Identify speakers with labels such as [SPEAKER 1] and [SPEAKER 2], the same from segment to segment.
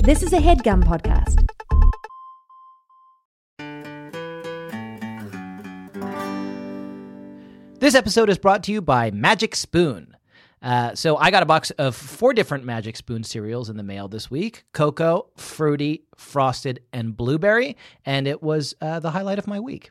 [SPEAKER 1] This is a headgum podcast.
[SPEAKER 2] This episode is brought to you by Magic Spoon. Uh, so I got a box of four different Magic Spoon cereals in the mail this week: cocoa, fruity, frosted, and blueberry. And it was uh, the highlight of my week.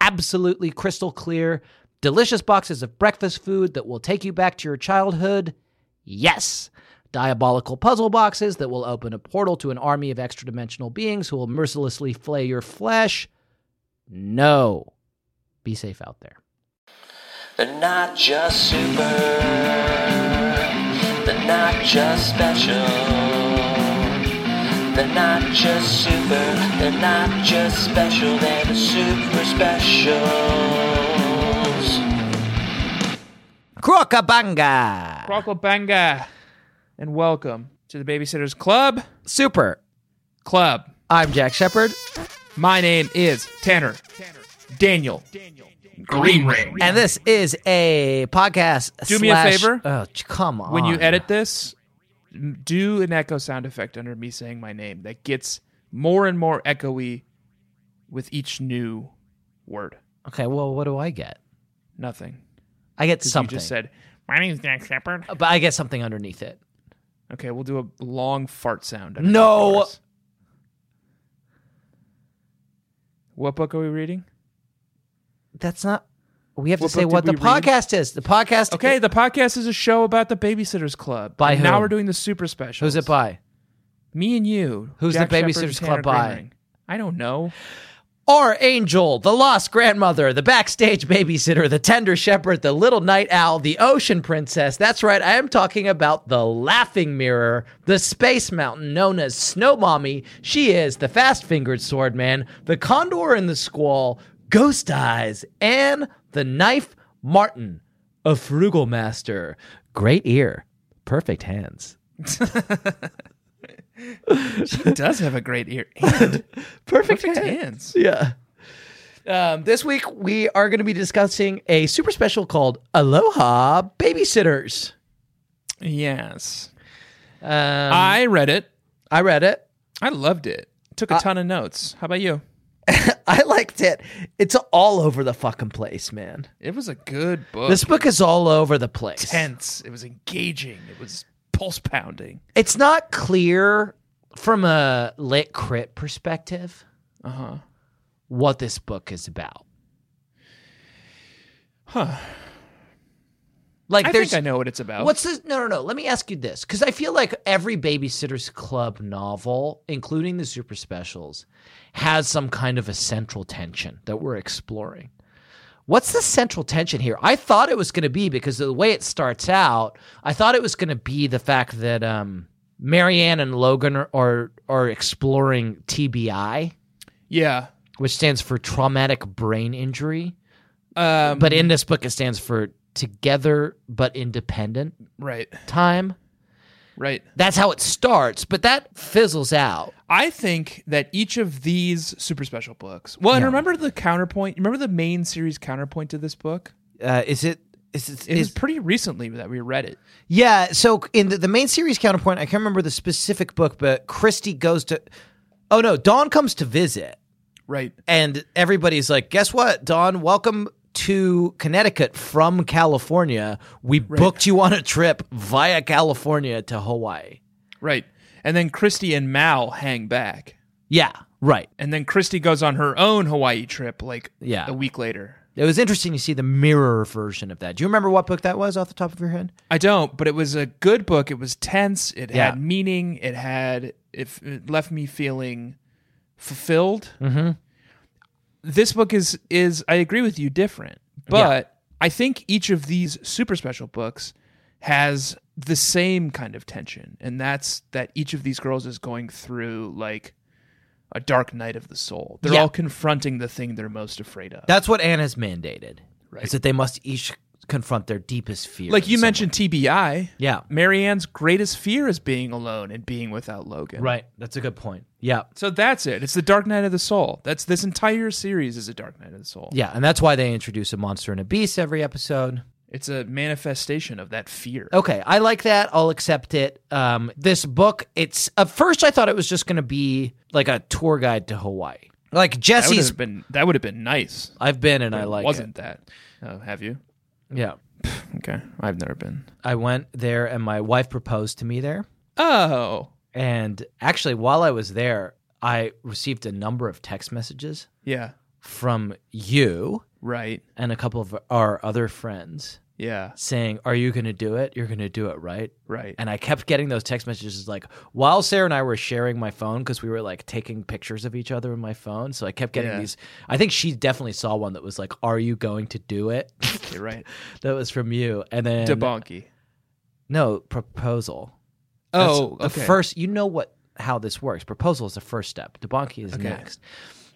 [SPEAKER 2] absolutely crystal clear, delicious boxes of breakfast food that will take you back to your childhood. Yes. Diabolical puzzle boxes that will open a portal to an army of extra dimensional beings who will mercilessly flay your flesh. No. Be safe out there.
[SPEAKER 3] They're not just super. They're not just special. They're not just super. They're not just special. They're the super specials.
[SPEAKER 2] Crocabanga!
[SPEAKER 4] Crocklebanga, and welcome to the Babysitters Club.
[SPEAKER 2] Super.
[SPEAKER 4] Club.
[SPEAKER 2] I'm Jack Shepard,
[SPEAKER 4] My name is Tanner. Daniel.
[SPEAKER 5] Green Ring.
[SPEAKER 2] and this is a podcast.
[SPEAKER 4] Do me a
[SPEAKER 2] slash-
[SPEAKER 4] favor.
[SPEAKER 2] Oh, ch- come on.
[SPEAKER 4] When you edit this, m- do an echo sound effect under me saying my name that gets more and more echoey with each new word.
[SPEAKER 2] Okay, well, what do I get?
[SPEAKER 4] Nothing.
[SPEAKER 2] I get
[SPEAKER 4] 'Cause
[SPEAKER 2] something.
[SPEAKER 4] You just said, my name's Jack Shepard.
[SPEAKER 2] but I get something underneath it.
[SPEAKER 4] Okay, we'll do a long fart sound.
[SPEAKER 2] No.
[SPEAKER 4] yours. What book are we reading?
[SPEAKER 2] That's not. We have
[SPEAKER 4] What
[SPEAKER 2] to say
[SPEAKER 4] book did
[SPEAKER 2] what the
[SPEAKER 4] we read?
[SPEAKER 2] podcast is. The podcast.
[SPEAKER 4] Okay, the podcast is a show about the Babysitters Club.
[SPEAKER 2] By
[SPEAKER 4] And Now
[SPEAKER 2] whom?
[SPEAKER 4] we're doing the super special.
[SPEAKER 2] Who's it by?
[SPEAKER 4] Me and you.
[SPEAKER 2] Who's the
[SPEAKER 4] Jack Shepherd,
[SPEAKER 2] Babysitters Club
[SPEAKER 4] Tanner
[SPEAKER 2] by?
[SPEAKER 4] Greenring. I don't know.
[SPEAKER 2] Our angel, the lost grandmother, the backstage babysitter, the tender shepherd, the little night owl, the ocean princess. That's right. I am talking about the laughing mirror, the space mountain known as Snow Mommy. She is the fast fingered sword man, the condor in the squall, ghost eyes, and the knife Martin, a frugal master. Great ear, perfect hands.
[SPEAKER 4] He does have a great ear. And
[SPEAKER 2] Perfect,
[SPEAKER 4] perfect hands.
[SPEAKER 2] Yeah. Um, this week we are going to be discussing a super special called Aloha Babysitters.
[SPEAKER 4] Yes.
[SPEAKER 2] Um,
[SPEAKER 4] I read it.
[SPEAKER 2] I read it.
[SPEAKER 4] I loved it. Took a ton of notes. How about you?
[SPEAKER 2] I liked it. It's all over the fucking place, man.
[SPEAKER 4] It was a good book.
[SPEAKER 2] This book is all over the place.
[SPEAKER 4] tense. It was engaging. It was pulse pounding.
[SPEAKER 2] It's not clear from a lit crit perspective
[SPEAKER 4] Uh huh.
[SPEAKER 2] what this book is about.
[SPEAKER 4] Huh.
[SPEAKER 2] Like,
[SPEAKER 4] I
[SPEAKER 2] there's
[SPEAKER 4] think I know what it's about.
[SPEAKER 2] What's this? No, no, no. Let me ask you this because I feel like every Babysitter's Club novel, including the super specials, has some kind of a central tension that we're exploring. What's the central tension here? I thought it was going to be because of the way it starts out, I thought it was going to be the fact that um, Marianne and Logan are, are are exploring TBI,
[SPEAKER 4] yeah?
[SPEAKER 2] which stands for traumatic brain injury,
[SPEAKER 4] Um,
[SPEAKER 2] but in this book it stands for together but independent
[SPEAKER 4] right,
[SPEAKER 2] time.
[SPEAKER 4] right.
[SPEAKER 2] That's how it starts, but that fizzles out.
[SPEAKER 4] I think that each of these super special books. Well, and
[SPEAKER 2] Yeah.
[SPEAKER 4] remember the counterpoint. Remember the main series counterpoint to this book.
[SPEAKER 2] Uh, is it? Is it?
[SPEAKER 4] It was pretty recently that we read it.
[SPEAKER 2] yeah. So in the, the main series counterpoint, I can't remember the specific book, but Christy goes to. Oh no, Dawn comes to visit,
[SPEAKER 4] Right.
[SPEAKER 2] and everybody's like, "Guess what, Dawn? Welcome." To Connecticut from California, we booked you on a trip via California to Hawaii.
[SPEAKER 4] Right. And then Christy and Mal hang back.
[SPEAKER 2] Yeah, right.
[SPEAKER 4] And then Christy goes on her own Hawaii trip like
[SPEAKER 2] Yeah.
[SPEAKER 4] a week later.
[SPEAKER 2] It was interesting to see the mirror version of that. Do you remember what book that was off the top of your head?
[SPEAKER 4] I don't, but it was a good book. It was tense. It
[SPEAKER 2] Yeah.
[SPEAKER 4] had meaning. It had it, f- it left me feeling fulfilled. Mm-hmm. This book is is I agree with you different, but I think each of these super special books has the same kind of tension, and that's that each of these girls is going through like a dark night of the soul. They're
[SPEAKER 2] Yeah.
[SPEAKER 4] all confronting the thing they're most afraid of.
[SPEAKER 2] That's what Anna's mandated. Right. Is that they must each confront their deepest fear.
[SPEAKER 4] like
[SPEAKER 2] in
[SPEAKER 4] you
[SPEAKER 2] some
[SPEAKER 4] mentioned TBI.
[SPEAKER 2] way. Yeah.
[SPEAKER 4] Marianne's greatest fear is being alone and being without Logan.
[SPEAKER 2] Right. That's a good point. Yeah.
[SPEAKER 4] So that's it. It's the Dark Knight of the Soul. That's this entire series is a Dark Knight of the Soul.
[SPEAKER 2] Yeah. And that's why they introduce a monster and a beast every episode.
[SPEAKER 4] It's a manifestation of that fear.
[SPEAKER 2] Okay. I like that. I'll accept it. Um, this book, it's at first I thought it was just going to be like a tour guide to Hawaii. Like
[SPEAKER 4] that would
[SPEAKER 2] Jesse's.
[SPEAKER 4] have been that would have been nice.
[SPEAKER 2] I've been and I like
[SPEAKER 4] wasn't that. Oh, have you?
[SPEAKER 2] it. Yeah.
[SPEAKER 4] Okay, I've never been.
[SPEAKER 2] I went there and my wife proposed to me there.
[SPEAKER 4] Oh,
[SPEAKER 2] And actually, while I was there, I received a number of text messages
[SPEAKER 4] yeah,
[SPEAKER 2] from you
[SPEAKER 4] right,
[SPEAKER 2] and a couple of our other friends
[SPEAKER 4] yeah,
[SPEAKER 2] saying, Are you going to do it? You're going to do it, right?
[SPEAKER 4] right.
[SPEAKER 2] And I kept getting those text messages like while Sarah and I were sharing my phone because we were like taking pictures of each other in my phone. So I kept getting
[SPEAKER 4] Yeah.
[SPEAKER 2] these. I think she definitely saw one that was like, Are you going to do it?
[SPEAKER 4] You're right.
[SPEAKER 2] that was from you. And then,
[SPEAKER 4] Debonky.
[SPEAKER 2] no, proposal. That's
[SPEAKER 4] Oh,
[SPEAKER 2] the
[SPEAKER 4] okay.
[SPEAKER 2] first. You know what how this works. Proposal is the first step. Debonki is
[SPEAKER 4] Okay.
[SPEAKER 2] next.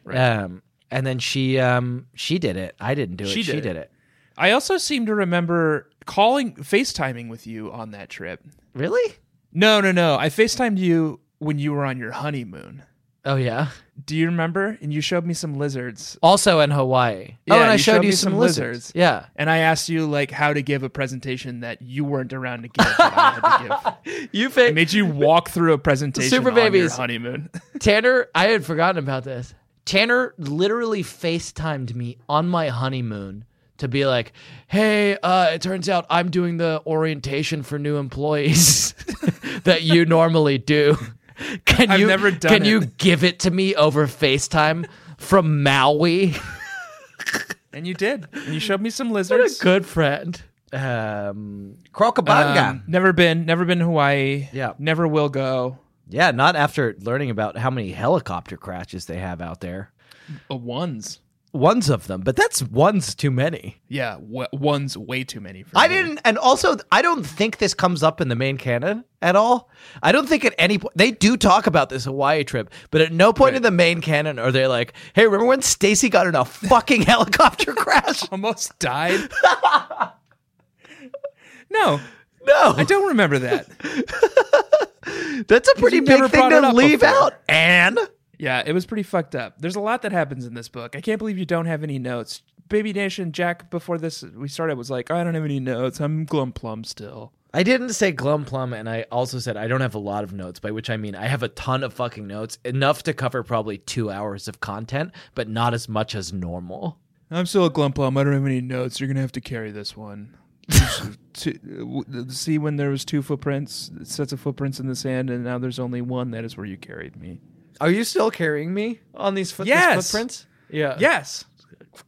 [SPEAKER 2] Um, and then she um she did it. I didn't do it. She
[SPEAKER 4] She
[SPEAKER 2] did,
[SPEAKER 4] did
[SPEAKER 2] it.
[SPEAKER 4] it. I also seem to remember calling FaceTiming with you on that trip.
[SPEAKER 2] Really?
[SPEAKER 4] No, no, no. I FaceTimed you when you were on your honeymoon.
[SPEAKER 2] Oh yeah.
[SPEAKER 4] Do you remember? And you showed me some lizards.
[SPEAKER 2] Also in Hawaii. oh,
[SPEAKER 4] Yeah,
[SPEAKER 2] and I
[SPEAKER 4] you
[SPEAKER 2] showed,
[SPEAKER 4] showed
[SPEAKER 2] you
[SPEAKER 4] me
[SPEAKER 2] some
[SPEAKER 4] some
[SPEAKER 2] lizards.
[SPEAKER 4] lizards.
[SPEAKER 2] Yeah.
[SPEAKER 4] And I asked you like how to give a presentation that you weren't around to give. That I had to give.
[SPEAKER 2] You
[SPEAKER 4] I made you walk through a presentation
[SPEAKER 2] Super
[SPEAKER 4] on your
[SPEAKER 2] babies.
[SPEAKER 4] honeymoon.
[SPEAKER 2] Tanner. I had forgotten about this. Tanner literally FaceTimed me on my honeymoon to be like, "Hey, uh, it turns out I'm doing the orientation for new employees that you normally do. Can
[SPEAKER 4] I've
[SPEAKER 2] you
[SPEAKER 4] never done
[SPEAKER 2] can
[SPEAKER 4] it."
[SPEAKER 2] you give it to me over FaceTime from Maui?"
[SPEAKER 4] and you did. And you showed me some
[SPEAKER 2] What
[SPEAKER 4] lizards.
[SPEAKER 2] a good friend. Um,
[SPEAKER 4] Um,
[SPEAKER 2] Crocobanga.
[SPEAKER 4] never been, never been to Hawaii.
[SPEAKER 2] Yeah.
[SPEAKER 4] Never will go.
[SPEAKER 2] yeah, not after learning about how many helicopter crashes they have out there.
[SPEAKER 4] A ones.
[SPEAKER 2] One's of them, but that's one's too many.
[SPEAKER 4] Yeah, w- one's way too many for
[SPEAKER 2] I
[SPEAKER 4] me.
[SPEAKER 2] didn't, and also I don't think this comes up in the main canon at all. I don't think at any point they do talk about this Hawaii trip, but at no point in the main canon are they like, "Hey, remember when Stacy got in a fucking helicopter crash?"
[SPEAKER 4] Almost died. no,
[SPEAKER 2] No,
[SPEAKER 4] I don't remember that.
[SPEAKER 2] that's a pretty big
[SPEAKER 4] never
[SPEAKER 2] thing
[SPEAKER 4] brought it
[SPEAKER 2] to
[SPEAKER 4] up
[SPEAKER 2] leave
[SPEAKER 4] before.
[SPEAKER 2] out. And
[SPEAKER 4] Yeah, it was pretty fucked up. There's a lot that happens in this book. I can't believe you don't have any notes. Baby Nation Jack, before this we started, was like, I don't have any notes. I'm glum plum still.
[SPEAKER 2] I didn't say glum plum, and I also said I don't have a lot of notes, by which I mean I have a ton of fucking notes, enough to cover probably two hours of content, but not as much as normal.
[SPEAKER 4] I'm still a glum plum. I don't have any notes. You're gonna have to carry this one. To- w- See when there was two footprints, sets of footprints in the sand, and now there's only one. That is where you carried me.
[SPEAKER 2] Are you still carrying me on these foot- these
[SPEAKER 4] Yes.
[SPEAKER 2] footprints? Yeah.
[SPEAKER 4] Yes.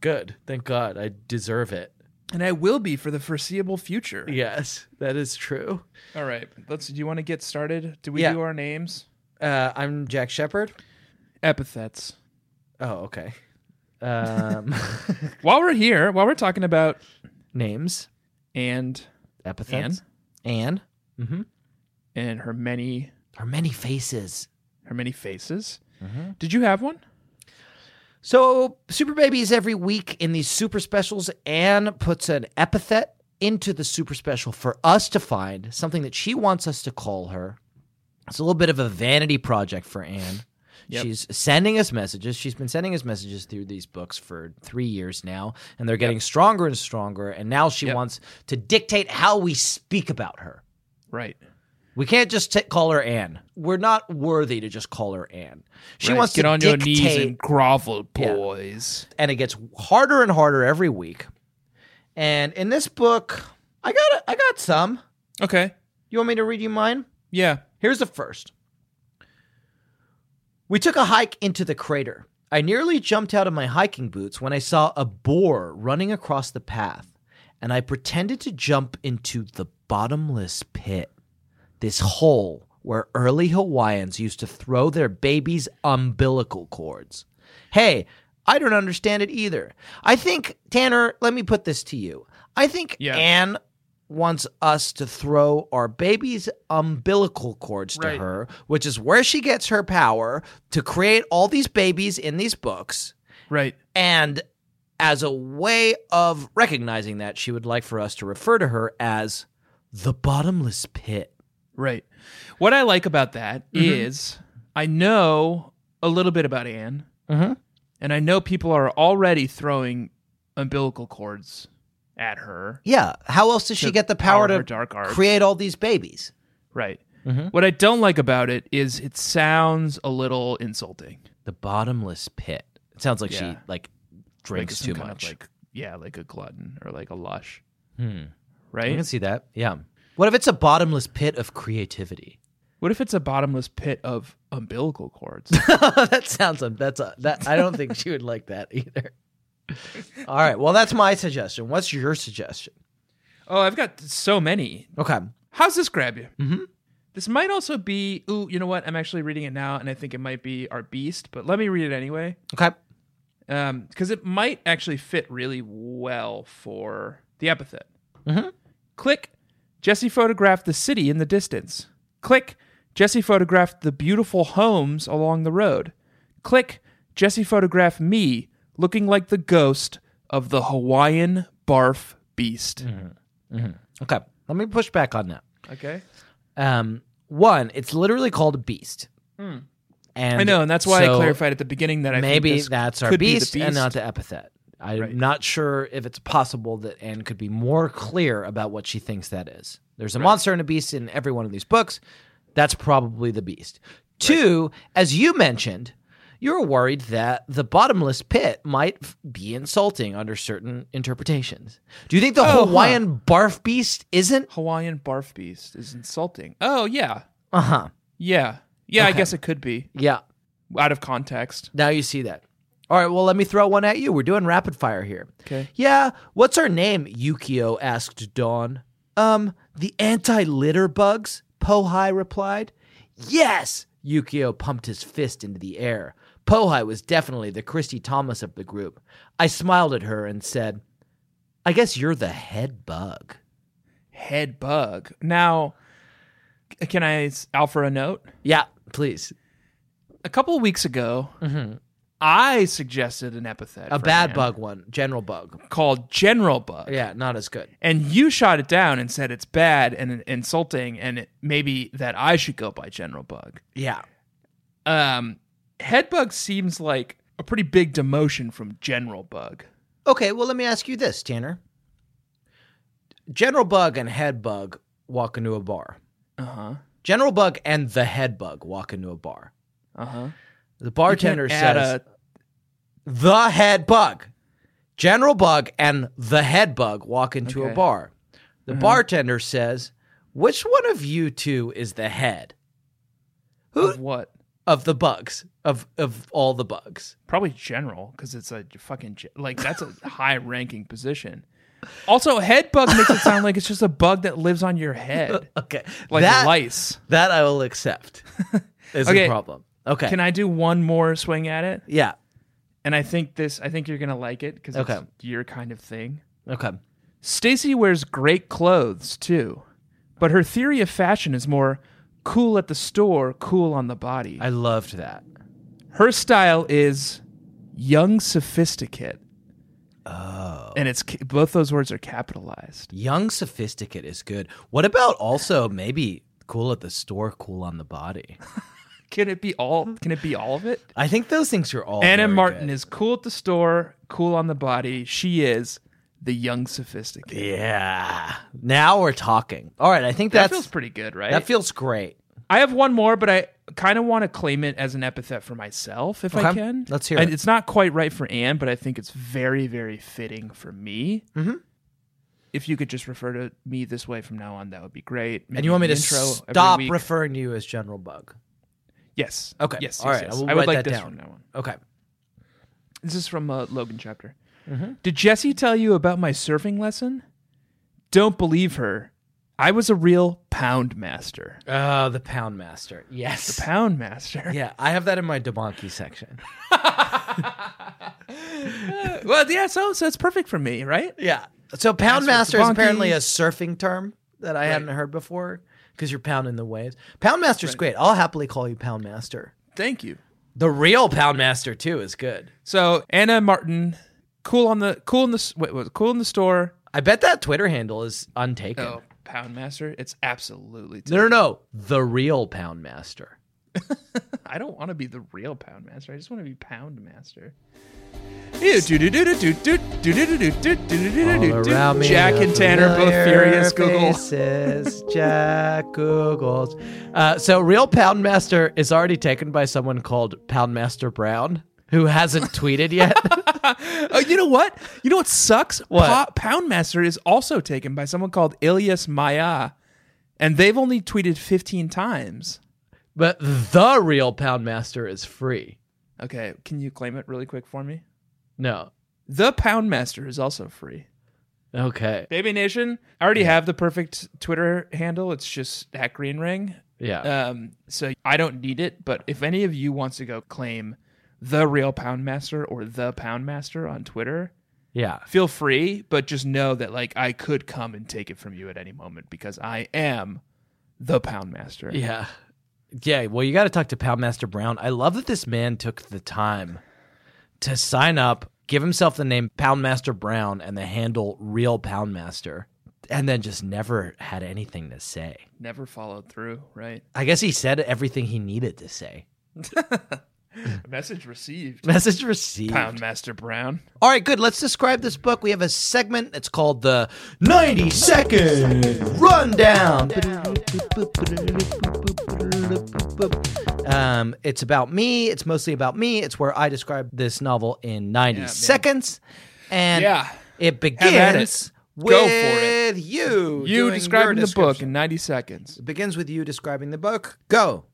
[SPEAKER 2] Good. Thank God. I deserve it.
[SPEAKER 4] and I will be for the foreseeable future.
[SPEAKER 6] Yes, that is true.
[SPEAKER 4] All right, let's. Do you want to get started? Do we
[SPEAKER 6] Yeah.
[SPEAKER 4] do our names?
[SPEAKER 6] Uh, I'm Jack Shepard.
[SPEAKER 4] Epithets.
[SPEAKER 6] Oh, okay. Um,
[SPEAKER 4] While we're here, while we're talking about
[SPEAKER 6] names,
[SPEAKER 4] and
[SPEAKER 2] Epithets. Anne.
[SPEAKER 4] and her many
[SPEAKER 2] Her many faces.
[SPEAKER 4] her many faces,
[SPEAKER 2] Mm-hmm.
[SPEAKER 4] did you have one?
[SPEAKER 2] So, Super Babies every week in these super specials, Anne puts an epithet into the super special for us to find something that she wants us to call her. It's a little bit of a vanity project for Anne.
[SPEAKER 4] Yep.
[SPEAKER 2] She's sending us messages. She's been sending us messages through these books for three years now, and they're getting stronger and stronger. And now she
[SPEAKER 4] Yep.
[SPEAKER 2] wants to dictate how we speak about her.
[SPEAKER 4] Right.
[SPEAKER 2] We can't just t- call her Anne. We're not worthy to just call her Anne. She
[SPEAKER 4] Right.
[SPEAKER 2] wants
[SPEAKER 4] get
[SPEAKER 2] to
[SPEAKER 4] on
[SPEAKER 2] dictate,
[SPEAKER 4] your knees and grovel,
[SPEAKER 2] Yeah.
[SPEAKER 4] boys.
[SPEAKER 2] and it gets harder and harder every week. And in this book, I got I got some.
[SPEAKER 4] Okay.
[SPEAKER 2] You want me to read you mine?
[SPEAKER 4] Yeah.
[SPEAKER 2] Here's the first. We took a hike into the crater. I nearly jumped out of my hiking boots when I saw a boar running across the path, and I pretended to jump into the bottomless pit. This hole where early Hawaiians used to throw their babies' umbilical cords. Hey, I don't understand it either. I think, Tanner, let me put this to you. I think
[SPEAKER 4] Yeah.
[SPEAKER 2] Anne wants us to throw our baby's umbilical cords to
[SPEAKER 4] Right.
[SPEAKER 2] her, which is where she gets her power to create all these babies in these books.
[SPEAKER 4] Right.
[SPEAKER 2] And as a way of recognizing that, she would like for us to refer to her as the bottomless pit.
[SPEAKER 4] Right. What I like about that is
[SPEAKER 2] Mm-hmm.
[SPEAKER 4] I know a little bit about Anne,
[SPEAKER 2] Mhm.
[SPEAKER 4] and I know people are already throwing umbilical cords at her.
[SPEAKER 2] Yeah. How else does she
[SPEAKER 4] To
[SPEAKER 2] get the power,
[SPEAKER 4] power her
[SPEAKER 2] to
[SPEAKER 4] dark arts.
[SPEAKER 2] create all these babies?
[SPEAKER 4] Right.
[SPEAKER 2] Mm-hmm.
[SPEAKER 4] What I don't like about it is it sounds a little insulting.
[SPEAKER 2] The bottomless pit. It sounds like she
[SPEAKER 4] Yeah.
[SPEAKER 2] like drinks
[SPEAKER 4] some
[SPEAKER 2] too
[SPEAKER 4] kind of,
[SPEAKER 2] much.
[SPEAKER 4] like yeah, like a glutton or like a lush.
[SPEAKER 2] Hmm. I can
[SPEAKER 4] Right.
[SPEAKER 2] see that. Yeah. What if it's a bottomless pit of creativity?
[SPEAKER 4] What if it's a bottomless pit of umbilical cords?
[SPEAKER 2] that sounds that's a, that I don't think she would like that either. All right. Well, that's my suggestion. What's your suggestion?
[SPEAKER 4] oh, I've got so many.
[SPEAKER 2] Okay.
[SPEAKER 4] How's this grab you?
[SPEAKER 2] Mhm.
[SPEAKER 4] This might also be. Ooh, you know what? I'm actually reading it now, and I think it might be our beast. But let me read it anyway,
[SPEAKER 2] Okay.
[SPEAKER 4] because Um, it might actually fit really well for the epithet.
[SPEAKER 2] Mhm.
[SPEAKER 4] Click. Jesse photographed the city in the distance. Click. Jesse photographed the beautiful homes along the road. Click. Jesse photographed me looking like the ghost of the Hawaiian barf beast.
[SPEAKER 2] Mm-hmm. Okay. Let me push back on that.
[SPEAKER 4] Okay.
[SPEAKER 2] Um, one, it's literally called a beast. And
[SPEAKER 4] Hmm. I know, and that's why I
[SPEAKER 2] so
[SPEAKER 4] clarified at the beginning that I think
[SPEAKER 2] maybe
[SPEAKER 4] this
[SPEAKER 2] that's our
[SPEAKER 4] could be the
[SPEAKER 2] beast, and not the epithet. I'm
[SPEAKER 4] Right.
[SPEAKER 2] not sure if it's possible that Anne could be more clear about what she thinks that is. There's a monster and a beast in every one of these books. That's probably the beast. Two, as you mentioned, you're worried that the bottomless pit might f- be insulting under certain interpretations. Do you think the
[SPEAKER 4] Oh, huh.
[SPEAKER 2] Hawaiian barf beast isn't?
[SPEAKER 4] Hawaiian barf beast is insulting. Oh yeah,
[SPEAKER 2] Uh huh.
[SPEAKER 4] Uh-huh. yeah, yeah. I
[SPEAKER 2] Okay.
[SPEAKER 4] guess it could be
[SPEAKER 2] Yeah.
[SPEAKER 4] out of context.
[SPEAKER 2] Now you see that. All right, well, let me throw one at you. We're doing rapid fire here.
[SPEAKER 4] Okay.
[SPEAKER 2] Yeah, what's her name? Yukio asked Dawn. Um, the anti litter bugs? Pohai replied. Yes! Yukio pumped his fist into the air. Pohai was definitely the Christy Thomas of the group. I smiled at her and said, I guess you're the head bug.
[SPEAKER 4] Head bug. Now, c- can I s- alpha a note?
[SPEAKER 2] Yeah, please.
[SPEAKER 4] A couple of weeks ago, I suggested an epithet,
[SPEAKER 2] Mm-hmm. A
[SPEAKER 4] for
[SPEAKER 2] bad
[SPEAKER 4] him
[SPEAKER 2] bug one, general bug.
[SPEAKER 4] called general bug.
[SPEAKER 2] Yeah, not as good.
[SPEAKER 4] And you shot it down and said it's bad and insulting, and it, maybe that I should go by general bug.
[SPEAKER 2] Yeah.
[SPEAKER 4] Um, head bug seems like a pretty big demotion from general bug.
[SPEAKER 2] Okay, well, let me ask you this, Tanner. General Bug and Head Bug walk into a bar.
[SPEAKER 4] Uh
[SPEAKER 2] Uh-huh.
[SPEAKER 4] huh.
[SPEAKER 2] General Bug and the Head Bug walk into a bar.
[SPEAKER 4] Uh huh.
[SPEAKER 2] The Uh-huh. bartender says, The Head Bug. General Bug and the Head Bug walk into a
[SPEAKER 4] Okay. Mm-hmm.
[SPEAKER 2] bar. The bartender says, Which one of you two is the head? Who
[SPEAKER 4] of what?
[SPEAKER 2] of the bugs? Of of all the bugs.
[SPEAKER 4] Probably general because it's a fucking ge- like that's a high ranking position. Also, head bug makes it sound like it's just a bug that lives on your head,
[SPEAKER 2] Okay.
[SPEAKER 4] like
[SPEAKER 2] that,
[SPEAKER 4] lice.
[SPEAKER 2] That I will accept. Is
[SPEAKER 4] Okay.
[SPEAKER 2] a problem. Okay.
[SPEAKER 4] Can I do one more swing at it?
[SPEAKER 2] Yeah.
[SPEAKER 4] And I think this, I think you're gonna like it because
[SPEAKER 2] Okay.
[SPEAKER 4] it's your kind of thing.
[SPEAKER 2] Okay.
[SPEAKER 4] Stacy wears great clothes too, but her theory of fashion is more cool at the store, cool on the body.
[SPEAKER 2] I loved that.
[SPEAKER 4] Her style is young sophisticate. Oh. And it's ca- both those words are capitalized.
[SPEAKER 2] Young sophisticate is good. What about also maybe cool at the store, cool on the body?
[SPEAKER 4] Can it be all? Can it be all of it?
[SPEAKER 2] I think those things are all
[SPEAKER 4] Anna
[SPEAKER 2] very
[SPEAKER 4] Martin
[SPEAKER 2] good.
[SPEAKER 4] is cool at the store, cool on the body. She is the young sophisticate.
[SPEAKER 2] Yeah. Now we're talking. All right, I think
[SPEAKER 4] That
[SPEAKER 2] that's
[SPEAKER 4] feels pretty good, right?
[SPEAKER 2] that feels great.
[SPEAKER 4] I have one more, but I kind of want to claim it as an epithet for myself if I
[SPEAKER 2] Okay.
[SPEAKER 4] can.
[SPEAKER 2] Let's hear
[SPEAKER 4] And
[SPEAKER 2] it.
[SPEAKER 4] It's not quite right for Anne, but I think it's very, very fitting for me. Mm-hmm. If you could just refer to me this way from now on, that would be great.
[SPEAKER 2] And you want me
[SPEAKER 4] Maybe
[SPEAKER 2] to
[SPEAKER 4] an Mm-hmm. intro every
[SPEAKER 2] stop
[SPEAKER 4] week.
[SPEAKER 2] referring to you as General Bug?
[SPEAKER 4] yes.
[SPEAKER 2] Okay.
[SPEAKER 4] Yes.
[SPEAKER 2] All
[SPEAKER 4] yes,
[SPEAKER 2] right.
[SPEAKER 4] yes.
[SPEAKER 2] I will
[SPEAKER 4] I would
[SPEAKER 2] write
[SPEAKER 4] like
[SPEAKER 2] that
[SPEAKER 4] this
[SPEAKER 2] down.
[SPEAKER 4] from now on.
[SPEAKER 2] Okay.
[SPEAKER 4] This is from uh, Logan chapter. Did Jesse tell you about my surfing lesson? Don't believe her. I was a real pound master.
[SPEAKER 2] Oh, the Pound Master. Yes.
[SPEAKER 4] Pound master.
[SPEAKER 2] yeah, I have that in my Debonki section.
[SPEAKER 4] well, yeah. So, so it's perfect for me, right?
[SPEAKER 2] Yeah. So Pound
[SPEAKER 4] Master
[SPEAKER 2] Master is
[SPEAKER 4] Debonki.
[SPEAKER 2] apparently a surfing term that I hadn't heard before because you're pounding the waves. Pound Master's great. I'll happily call you Pound Master.
[SPEAKER 4] Thank you.
[SPEAKER 2] The real Pound Master too is good.
[SPEAKER 4] So Anna Martin, cool on the cool in the s- wait, was it cool in the store?
[SPEAKER 2] I bet that Twitter handle is untaken.
[SPEAKER 4] Oh, Pound Master, it's absolutely.
[SPEAKER 2] No, no, no. The real Pound Master.
[SPEAKER 4] I don't want to be the real Pound Master. I just want to be Pound Master. Jack and Tanner both furious. Google.
[SPEAKER 2] Faces, Jack Googles. Uh, so real Pound Master is already taken by someone called Pound Master Brown, who hasn't tweeted yet.
[SPEAKER 4] Oh, you know what? You know what sucks?
[SPEAKER 2] What?
[SPEAKER 4] Pound Master is also taken by someone called Ilyas Maya, and they've only tweeted 15 times.
[SPEAKER 2] but the real Pound Master is free.
[SPEAKER 4] Okay, can you claim it really quick for me?
[SPEAKER 2] No.
[SPEAKER 4] The Pound Master is also free.
[SPEAKER 2] Okay.
[SPEAKER 4] Baby Nation, I already have the perfect Twitter handle. It's just at Green Ring.
[SPEAKER 2] Yeah.
[SPEAKER 4] Um, so I don't need it, but if any of you wants to go claim the real Pound Master or the Pound Master on Twitter,
[SPEAKER 2] yeah.
[SPEAKER 4] feel free, but just know that like I could come and take it from you at any moment because I am the Pound Master.
[SPEAKER 2] Yeah. Yeah. Well, you got to talk to Pound Master Brown. I love that this man took the time to sign up, give himself the name Pound Master Brown and the handle Real Pound Master, and then just never had anything to say.
[SPEAKER 4] Never followed through, right?
[SPEAKER 2] I guess he said everything he needed to say.
[SPEAKER 4] Message received.
[SPEAKER 2] Message received.
[SPEAKER 4] Pound Master Brown.
[SPEAKER 2] All right, good. Let's describe this book. We have a segment that's called the 90 Second Rundown. Um, it's about me. It's mostly about me. It's where I describe this novel in 90
[SPEAKER 4] Yeah, man.
[SPEAKER 2] seconds. And
[SPEAKER 4] Yeah.
[SPEAKER 2] it
[SPEAKER 4] at
[SPEAKER 2] begins
[SPEAKER 4] it. Go for
[SPEAKER 2] with you. doing
[SPEAKER 4] You
[SPEAKER 2] your
[SPEAKER 4] describing the book
[SPEAKER 2] description.
[SPEAKER 4] in 90 seconds.
[SPEAKER 2] It begins with you describing the book. Go.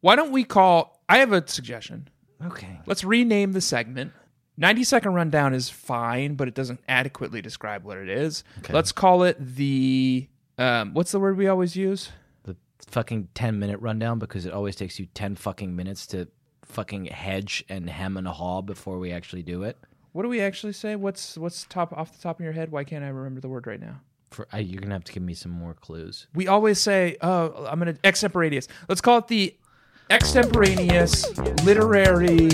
[SPEAKER 4] Why don't we call I have a suggestion.
[SPEAKER 2] Okay.
[SPEAKER 4] Let's rename the segment. 90 second rundown is fine, but it doesn't adequately describe what it is. Let's call it the um, what's the word we always use?
[SPEAKER 2] the fucking 10 minute rundown because it always takes you 10 fucking minutes to fucking hedge and hem and haw before we actually do it.
[SPEAKER 4] What do we actually say? What's what's top off the top of your head? Why can't I remember the word right now?
[SPEAKER 2] For I, You're going to have to give me some more clues.
[SPEAKER 4] We always say, "Oh, I'm gonna extemporaneous." Let's call it the extemporaneous, literary,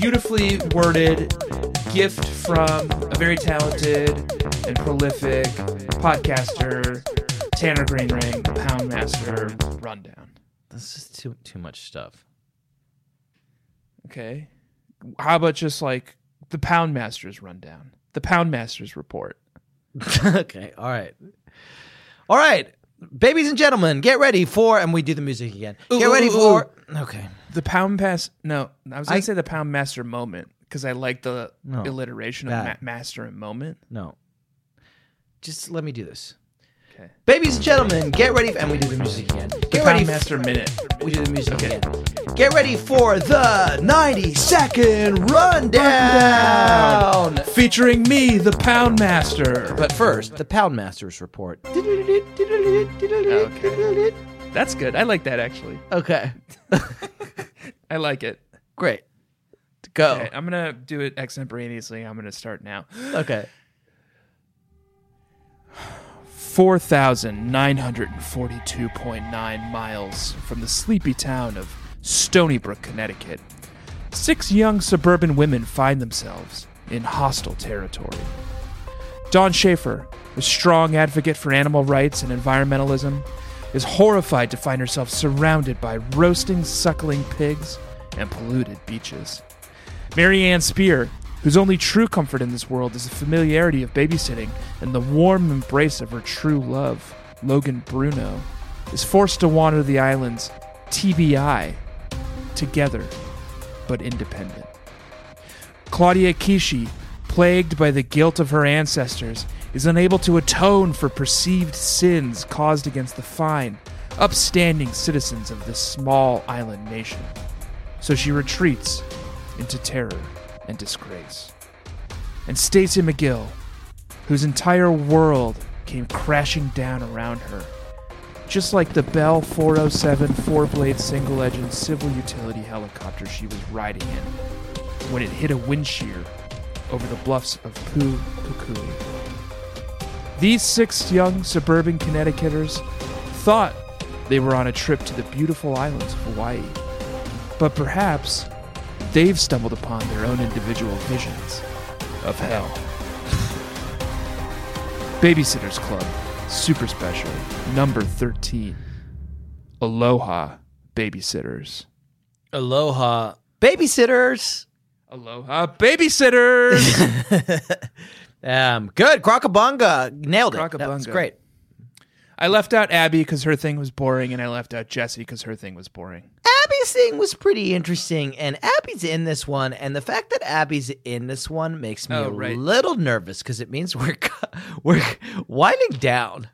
[SPEAKER 4] beautifully worded gift from a very talented and prolific podcaster, Tanner Greenring, Poundmaster rundown.
[SPEAKER 2] This is too too much stuff.
[SPEAKER 4] Okay, how about just like the Poundmaster's rundown, the Poundmaster's report?
[SPEAKER 2] okay. All right. All right. Babies and gentlemen, get ready for, and we do the music again. get
[SPEAKER 4] ooh,
[SPEAKER 2] ready
[SPEAKER 4] ooh,
[SPEAKER 2] for. Okay.
[SPEAKER 4] The pound pass. No, I was gonna
[SPEAKER 2] I-
[SPEAKER 4] say the pound master moment because I like the
[SPEAKER 2] No.
[SPEAKER 4] alliteration of ma-
[SPEAKER 2] That.
[SPEAKER 4] master and moment.
[SPEAKER 2] No. Just let me do this.
[SPEAKER 4] Okay.
[SPEAKER 2] Babies and gentlemen, get ready, and we do the music again. Get
[SPEAKER 4] The
[SPEAKER 2] ready
[SPEAKER 4] pound master minute.
[SPEAKER 2] We do the music again. Get ready for the 90 second rundown.
[SPEAKER 4] Featuring me, the Pound Master.
[SPEAKER 2] But first, the Poundmaster's report.
[SPEAKER 4] Okay. That's good. I like that actually.
[SPEAKER 2] Okay.
[SPEAKER 4] I like it.
[SPEAKER 2] Great. Go.
[SPEAKER 4] Okay, I'm gonna do it extemporaneously. I'm gonna start now.
[SPEAKER 2] okay.
[SPEAKER 4] Four thousand nine hundred and forty-two point nine miles from the sleepy town of Stony Brook, Connecticut, six young suburban women find themselves in hostile territory. Don Schaefer, a strong advocate for animal rights and environmentalism, is horrified to find herself surrounded by roasting, suckling pigs and polluted beaches. Mary Ann Spear, whose only true comfort in this world is the familiarity of babysitting and the warm embrace of her true love, Logan Bruno, is forced to wander the islands TBI, together but independent. Claudia Kishi, plagued by the guilt of her ancestors, is unable to atone for perceived sins caused against the fine, upstanding citizens of this small island nation. So she retreats into terror and disgrace. And Stacy McGill, whose entire world came crashing down around her, just like the Bell 407 four oh blade single engine civil utility helicopter she was riding in when it hit a wind shear over the bluffs of Poo Kukui. These six young suburban Connecticuters thought they were on a trip to the beautiful islands of Hawaii, but perhaps they've stumbled upon their own individual visions of hell. Babysitters Club, super special, number 13. Aloha, babysitters.
[SPEAKER 2] Aloha. Babysitters.
[SPEAKER 4] Aloha, babysitters!
[SPEAKER 2] Um, good. Crocabunga. Nailed it. That's
[SPEAKER 4] Crocabunga.
[SPEAKER 2] great.
[SPEAKER 4] I left out Abby because her thing was boring, and I left out Jesse because her thing was boring.
[SPEAKER 2] Abby's thing was pretty interesting, and Abby's in this one, and the fact that Abby's in this one makes me
[SPEAKER 4] Oh,
[SPEAKER 2] a
[SPEAKER 4] right.
[SPEAKER 2] little nervous because it means we're we're winding down.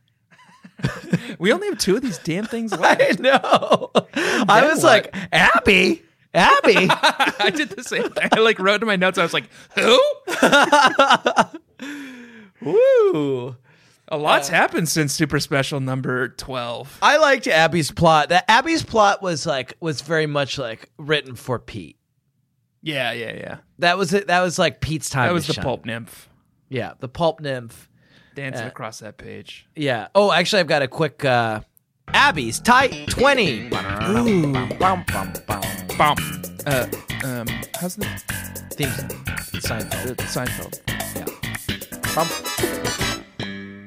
[SPEAKER 4] We only have two of these damn things
[SPEAKER 2] I
[SPEAKER 4] left.
[SPEAKER 2] know. I
[SPEAKER 4] Then
[SPEAKER 2] was like,
[SPEAKER 4] what?
[SPEAKER 2] Abby, Abby.
[SPEAKER 4] I did the same thing. I like wrote in my notes. I was like, "Who?
[SPEAKER 2] Woo.
[SPEAKER 4] A lot's happened since Super Special number twelve.
[SPEAKER 2] I liked Abby's plot. That Abby's plot was like was very much like written for Pete.
[SPEAKER 4] Yeah, yeah, yeah.
[SPEAKER 2] That was it. That was like Pete's time.
[SPEAKER 4] That
[SPEAKER 2] to
[SPEAKER 4] was the
[SPEAKER 2] shine.
[SPEAKER 4] pulp nymph
[SPEAKER 2] Yeah, the pulp nymph.
[SPEAKER 4] dancing across that page.
[SPEAKER 2] Yeah. Oh, actually, I've got a quick uh, Abby's tight twenty.
[SPEAKER 4] Bump. Uh, um, how's the
[SPEAKER 2] Theme song. Seinfeld.
[SPEAKER 4] the Seinfeld?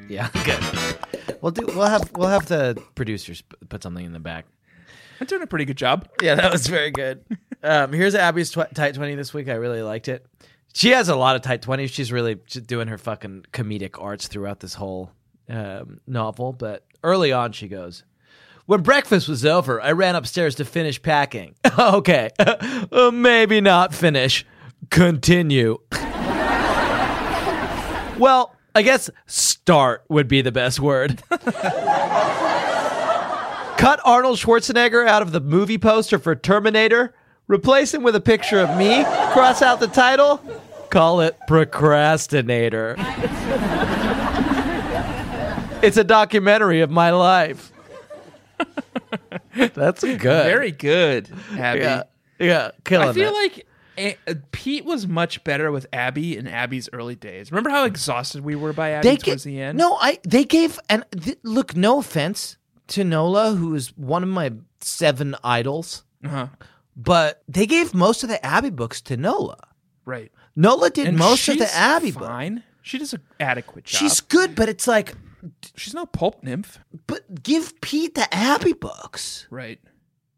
[SPEAKER 2] Yeah, good. We'll do. We'll have. We'll have the producers p- put something in the back.
[SPEAKER 4] I'm doing a pretty good job.
[SPEAKER 2] Yeah, that was very good. Um, here's Abby's tw- tight twenty this week. I really liked it. She has a lot of tight twenties. She's really j- doing her fucking comedic arts throughout this whole um, novel. But early on, she goes. When breakfast was over, I ran upstairs to finish packing. okay, Uh, maybe not finish. Continue. well, I guess start would be the best word. Cut Arnold Schwarzenegger out of the movie poster for Terminator, replace him with a picture of me, cross out the title, call it Procrastinator. it's a documentary of my life. That's good.
[SPEAKER 4] Very good, Abby.
[SPEAKER 2] yeah. Yeah, killing
[SPEAKER 4] I feel
[SPEAKER 2] it.
[SPEAKER 4] like A- uh, Pete was much better with Abby in Abby's early days. Remember how exhausted we were by Abby
[SPEAKER 2] ga-
[SPEAKER 4] towards the end?
[SPEAKER 2] No, I they gave and th- look. No offense to Nola, who is one of my seven idols,
[SPEAKER 4] Uh-huh.
[SPEAKER 2] but they gave most of the Abbey books to Nola.
[SPEAKER 4] Right.
[SPEAKER 2] Nola did most of
[SPEAKER 4] she's
[SPEAKER 2] the Abbey book.
[SPEAKER 4] fine. She does an adequate job.
[SPEAKER 2] She's
[SPEAKER 4] She's
[SPEAKER 2] good, but it's like,
[SPEAKER 4] she's no pulp nymph.
[SPEAKER 2] but give Pete the Abbey books.
[SPEAKER 4] Right.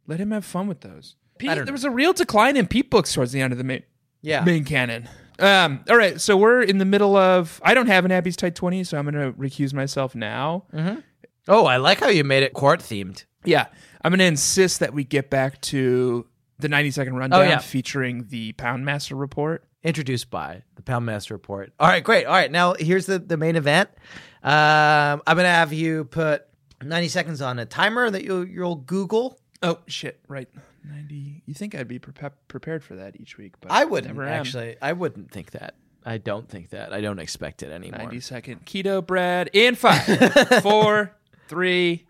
[SPEAKER 4] Let him have fun with those. Pete,
[SPEAKER 2] don't
[SPEAKER 4] there
[SPEAKER 2] know.
[SPEAKER 4] was a real decline in Pete books towards the end of the main
[SPEAKER 2] Yeah.
[SPEAKER 4] main canon. Um, all right, so we're in the middle of. I don't have an Abby's tight twenty, so I'm going to recuse myself now.
[SPEAKER 2] Oh, I like how you made it court themed.
[SPEAKER 4] Yeah, I'm going to insist that we get back to the 90 second rundown
[SPEAKER 2] Oh, yeah.
[SPEAKER 4] featuring the Poundmaster report.
[SPEAKER 2] Introduced by the Poundmaster Report. All right, great. All right, now here's the, the main event. Um, I'm gonna have you put 90 seconds on a timer that you'll you'll Google.
[SPEAKER 4] Oh shit! Right, Ninety. You think I'd be prepa- prepared for that each week? But
[SPEAKER 2] I wouldn't
[SPEAKER 4] never am.
[SPEAKER 2] actually. I wouldn't think that. I don't think that. I don't expect it anymore.
[SPEAKER 4] Ninety second keto bread in five, four, three.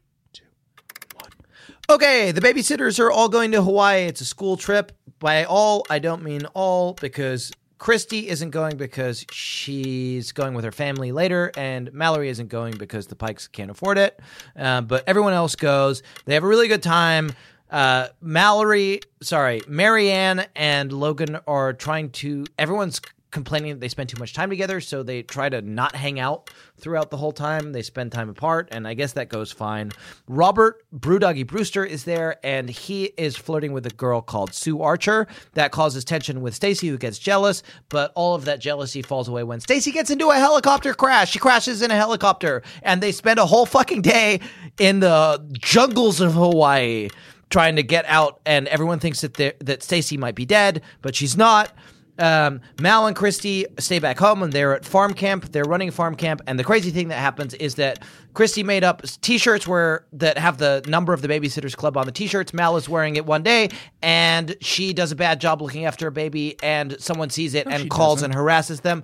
[SPEAKER 2] Okay, the babysitters are all going to Hawaii. It's a school trip. By all, I don't mean all because Christy isn't going because she's going with her family later, and Mallory isn't going because the Pikes can't afford it. Uh, but everyone else goes. They have a really good time. Uh, Mallory, sorry, Marianne and Logan are trying to. Everyone's complaining that they spend too much time together, so they try to not hang out throughout the whole time. They spend time apart, and I guess that goes fine. Robert Brewdoggy Brewster is there, and he is flirting with a girl called Sue Archer. That causes tension with Stacy, who gets jealous, but all of that jealousy falls away when Stacy gets into a helicopter crash. She crashes in a helicopter, and they spend a whole fucking day in the jungles of Hawaii trying to get out, and everyone thinks that they're- that Stacy might be dead, but she's not. Um, Mal and Christy stay back home and they're at farm camp. They're running farm camp, and the crazy thing that happens is that Christy made up T-shirts where that have the number of the Babysitters Club on the T-shirts. Mal is wearing it one day, and she does a bad job looking after a baby, and someone sees it and calls and harasses them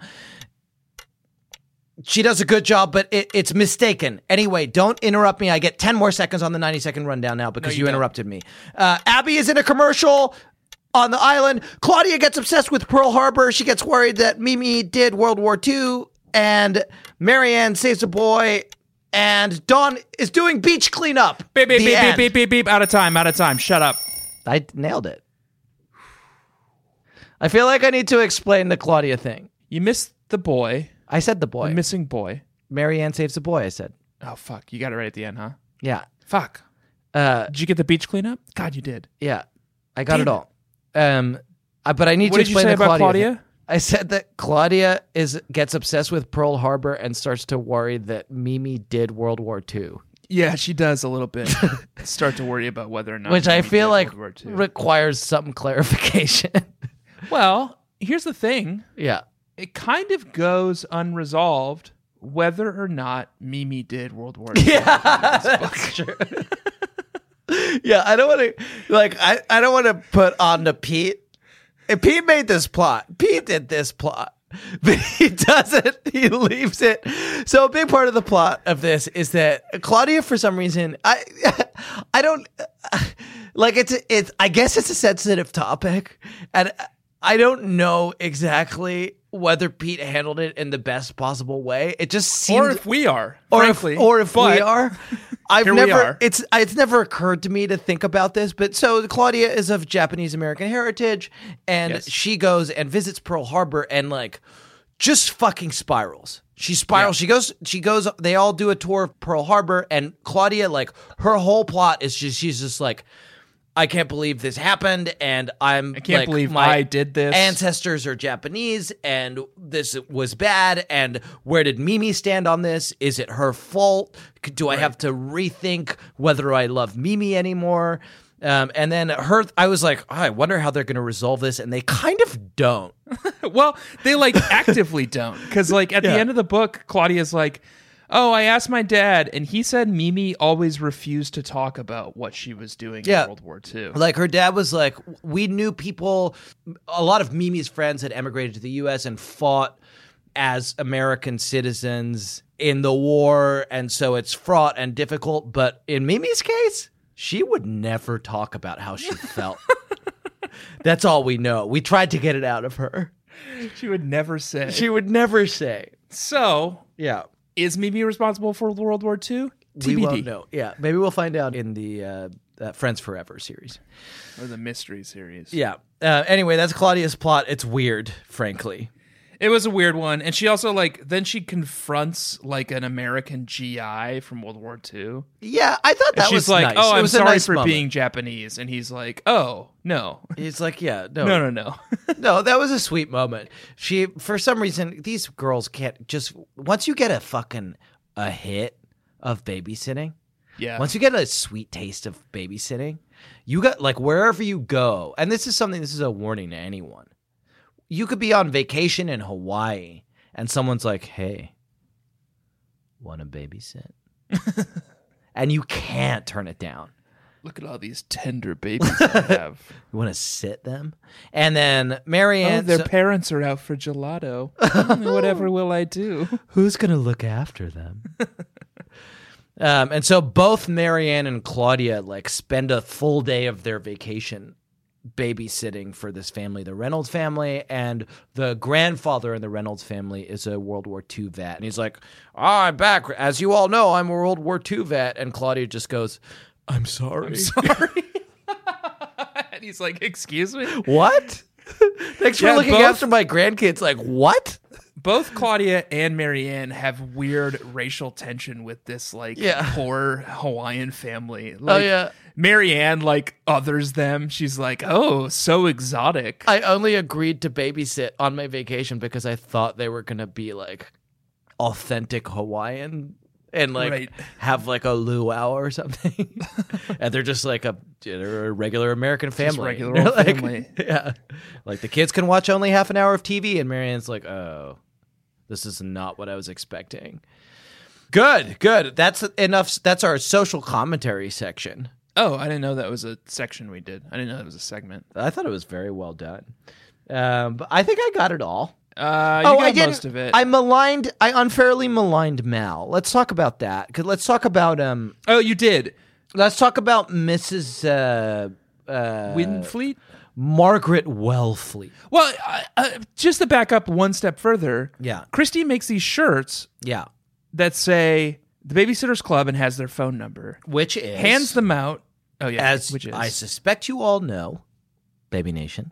[SPEAKER 2] she does a good job, but it, it's mistaken. Anyway, don't interrupt me. I get 10 more seconds on the 90 second rundown now because you, interrupted me. Uh, Abby is in a commercial on the island. Claudia gets obsessed with Pearl Harbor. She gets worried that Mimi did World War II, and Marianne saves a boy, and Dawn is doing beach cleanup.
[SPEAKER 4] Beep beep
[SPEAKER 2] The
[SPEAKER 4] beep, beep
[SPEAKER 2] end.
[SPEAKER 4] beep beep beep. Out of time. Out of time. Shut up.
[SPEAKER 2] I nailed it. I feel like I need to explain the Claudia thing.
[SPEAKER 4] You missed the boy.
[SPEAKER 2] I said the boy.
[SPEAKER 4] The missing boy.
[SPEAKER 2] Marianne saves the boy, I said.
[SPEAKER 4] Oh fuck! You got it right at the end, huh?
[SPEAKER 2] Yeah.
[SPEAKER 4] Fuck.
[SPEAKER 2] Uh,
[SPEAKER 4] Did you get the beach cleanup? God, you did.
[SPEAKER 2] Yeah, I got it all. Um, I, but I need
[SPEAKER 4] What
[SPEAKER 2] to
[SPEAKER 4] did you
[SPEAKER 2] explain
[SPEAKER 4] say
[SPEAKER 2] the
[SPEAKER 4] about
[SPEAKER 2] Claudia.
[SPEAKER 4] Claudia?
[SPEAKER 2] thing. I said that Claudia is gets obsessed with Pearl Harbor and starts to worry that Mimi did World War II,
[SPEAKER 4] Yeah, she does a little bit. Start to worry about whether or not.
[SPEAKER 2] which I
[SPEAKER 4] Mimi
[SPEAKER 2] feel
[SPEAKER 4] did
[SPEAKER 2] like
[SPEAKER 4] World War II.
[SPEAKER 2] requires some clarification.
[SPEAKER 4] well, here's the thing.
[SPEAKER 2] yeah,
[SPEAKER 4] It kind of goes unresolved whether or not Mimi did World War II.
[SPEAKER 2] that's true. yeah, I don't want to like I, I don't want to put on to Pete. And Pete made this plot. Pete did this plot. But he doesn't. He leaves it. So a big part of the plot of this is that Claudia, for some reason, I, I don't like it's it's. I guess it's a sensitive topic, and I don't know exactly whether Pete handled it in the best possible way. It just seems
[SPEAKER 4] Or if we are,
[SPEAKER 2] or
[SPEAKER 4] frankly,
[SPEAKER 2] if, or if we
[SPEAKER 4] but-
[SPEAKER 2] are. I've
[SPEAKER 4] Here we
[SPEAKER 2] never
[SPEAKER 4] are.
[SPEAKER 2] it's it's never occurred to me to think about this, but so Claudia is of Japanese American heritage and
[SPEAKER 4] Yes.
[SPEAKER 2] she goes and visits Pearl Harbor and like just fucking spirals. She spirals. She goes she goes they all do a tour of Pearl Harbor and Claudia like her whole plot is just she's just like I can't believe this happened, and I'm I
[SPEAKER 4] can't believe I did this.
[SPEAKER 2] ancestors are Japanese and this was bad. And where did Mimi stand on this? Is it her fault? C- Do I have to rethink whether I love Mimi anymore? Um, and then her, I was like, oh, I wonder how they're going to resolve this. And they kind of don't.
[SPEAKER 4] Well, they like actively don't. Because, like, at the end of the book, Claudia's like, Oh, I asked my dad, and he said Mimi always refused to talk about what she was doing
[SPEAKER 2] Yeah.
[SPEAKER 4] in World War II.
[SPEAKER 2] Like her dad was like, we knew people. A lot of Mimi's friends had emigrated to the U.S. and fought as American citizens in the war, and so it's fraught and difficult. But in Mimi's case, she would never talk about how she felt. That's all we know. We tried to get it out of her.
[SPEAKER 4] she would never say.
[SPEAKER 2] She would never say.
[SPEAKER 4] so,
[SPEAKER 2] Yeah.
[SPEAKER 4] is Mimi responsible for World War II? TBD.
[SPEAKER 2] We won't know. Yeah. Maybe we'll find out in the uh, uh, Friends Forever series.
[SPEAKER 4] Or the mystery series.
[SPEAKER 2] Yeah. Uh, anyway, that's Claudia's plot. It's weird, frankly.
[SPEAKER 4] It was a weird one. And she also, like, then she confronts, like, an American GI from World War II.
[SPEAKER 2] Yeah, I thought that
[SPEAKER 4] and she's
[SPEAKER 2] was
[SPEAKER 4] like,
[SPEAKER 2] nice.
[SPEAKER 4] Oh,
[SPEAKER 2] It
[SPEAKER 4] I'm
[SPEAKER 2] was a
[SPEAKER 4] sorry
[SPEAKER 2] nice
[SPEAKER 4] for
[SPEAKER 2] moment.
[SPEAKER 4] being Japanese. And he's like, Oh, no.
[SPEAKER 2] He's like, yeah, no,
[SPEAKER 4] No, no, no.
[SPEAKER 2] no, that was a sweet moment. She, for some reason, these girls can't just once you get a fucking a hit of babysitting.
[SPEAKER 4] yeah.
[SPEAKER 2] Once you get a sweet taste of babysitting, you got like wherever you go, and this is something. This is a warning to anyone. You could be on vacation in Hawaii, and someone's like, "Hey, want to babysit?" and you can't turn it down
[SPEAKER 4] Look at all these tender babies I have.
[SPEAKER 2] You want to sit them? And then
[SPEAKER 4] oh,
[SPEAKER 2] Marianne.
[SPEAKER 4] their
[SPEAKER 2] so-
[SPEAKER 4] parents are out for gelato. Mm, Whatever will I do?
[SPEAKER 2] who's going to look after them? um, and so both Marianne and Claudia like spend a full day of their vacation babysitting for this family, the Reynolds family, and the grandfather in the Reynolds family is a World War II vet, and he's like, "Ah, "I'm back, as you all know, I'm a World War II vet," and Claudia just goes, "I'm sorry."
[SPEAKER 4] And he's like, "Excuse me."
[SPEAKER 2] what? Thanks
[SPEAKER 4] Yeah,
[SPEAKER 2] for looking
[SPEAKER 4] both-
[SPEAKER 2] after my grandkids. Like what?
[SPEAKER 4] Both Claudia and Marianne have weird racial tension with this like
[SPEAKER 2] Yeah.
[SPEAKER 4] poor Hawaiian family. Like,
[SPEAKER 2] Oh, yeah.
[SPEAKER 4] Marianne like others them. She's like, "Oh, so exotic."
[SPEAKER 2] I only agreed to babysit on my vacation because I thought they were gonna be like authentic Hawaiian and like
[SPEAKER 4] Right.
[SPEAKER 2] have like a luau or something. and they're just like a they're a regular American family.
[SPEAKER 4] regular
[SPEAKER 2] They're
[SPEAKER 4] old
[SPEAKER 2] like-
[SPEAKER 4] family.
[SPEAKER 2] Yeah. Like the kids can watch only half an hour of TV and Marianne's like, oh, this is not what I was expecting. Good, good. That's enough. That's our social commentary section.
[SPEAKER 4] oh, I didn't know that was a section we did. I didn't know that was a segment.
[SPEAKER 2] I thought it was very well done. Um, but I think I got it all.
[SPEAKER 4] Uh, you got most of it.
[SPEAKER 2] Oh, I maligned. I unfairly maligned Mal. Let's talk about that. 'Cause Let's talk about um.
[SPEAKER 4] oh, you did.
[SPEAKER 2] Let's talk about Mrs. Uh, uh,
[SPEAKER 4] Winfleet.
[SPEAKER 2] Margaret Wellfleet.
[SPEAKER 4] Well, uh, uh, just to back up one step further,
[SPEAKER 2] Yeah.
[SPEAKER 4] Christy makes these shirts
[SPEAKER 2] Yeah,
[SPEAKER 4] that say the Babysitters Club and has their phone number.
[SPEAKER 2] which is
[SPEAKER 4] Hands them out. Oh yeah,
[SPEAKER 2] as
[SPEAKER 4] which is
[SPEAKER 2] I suspect you all know, Baby Nation,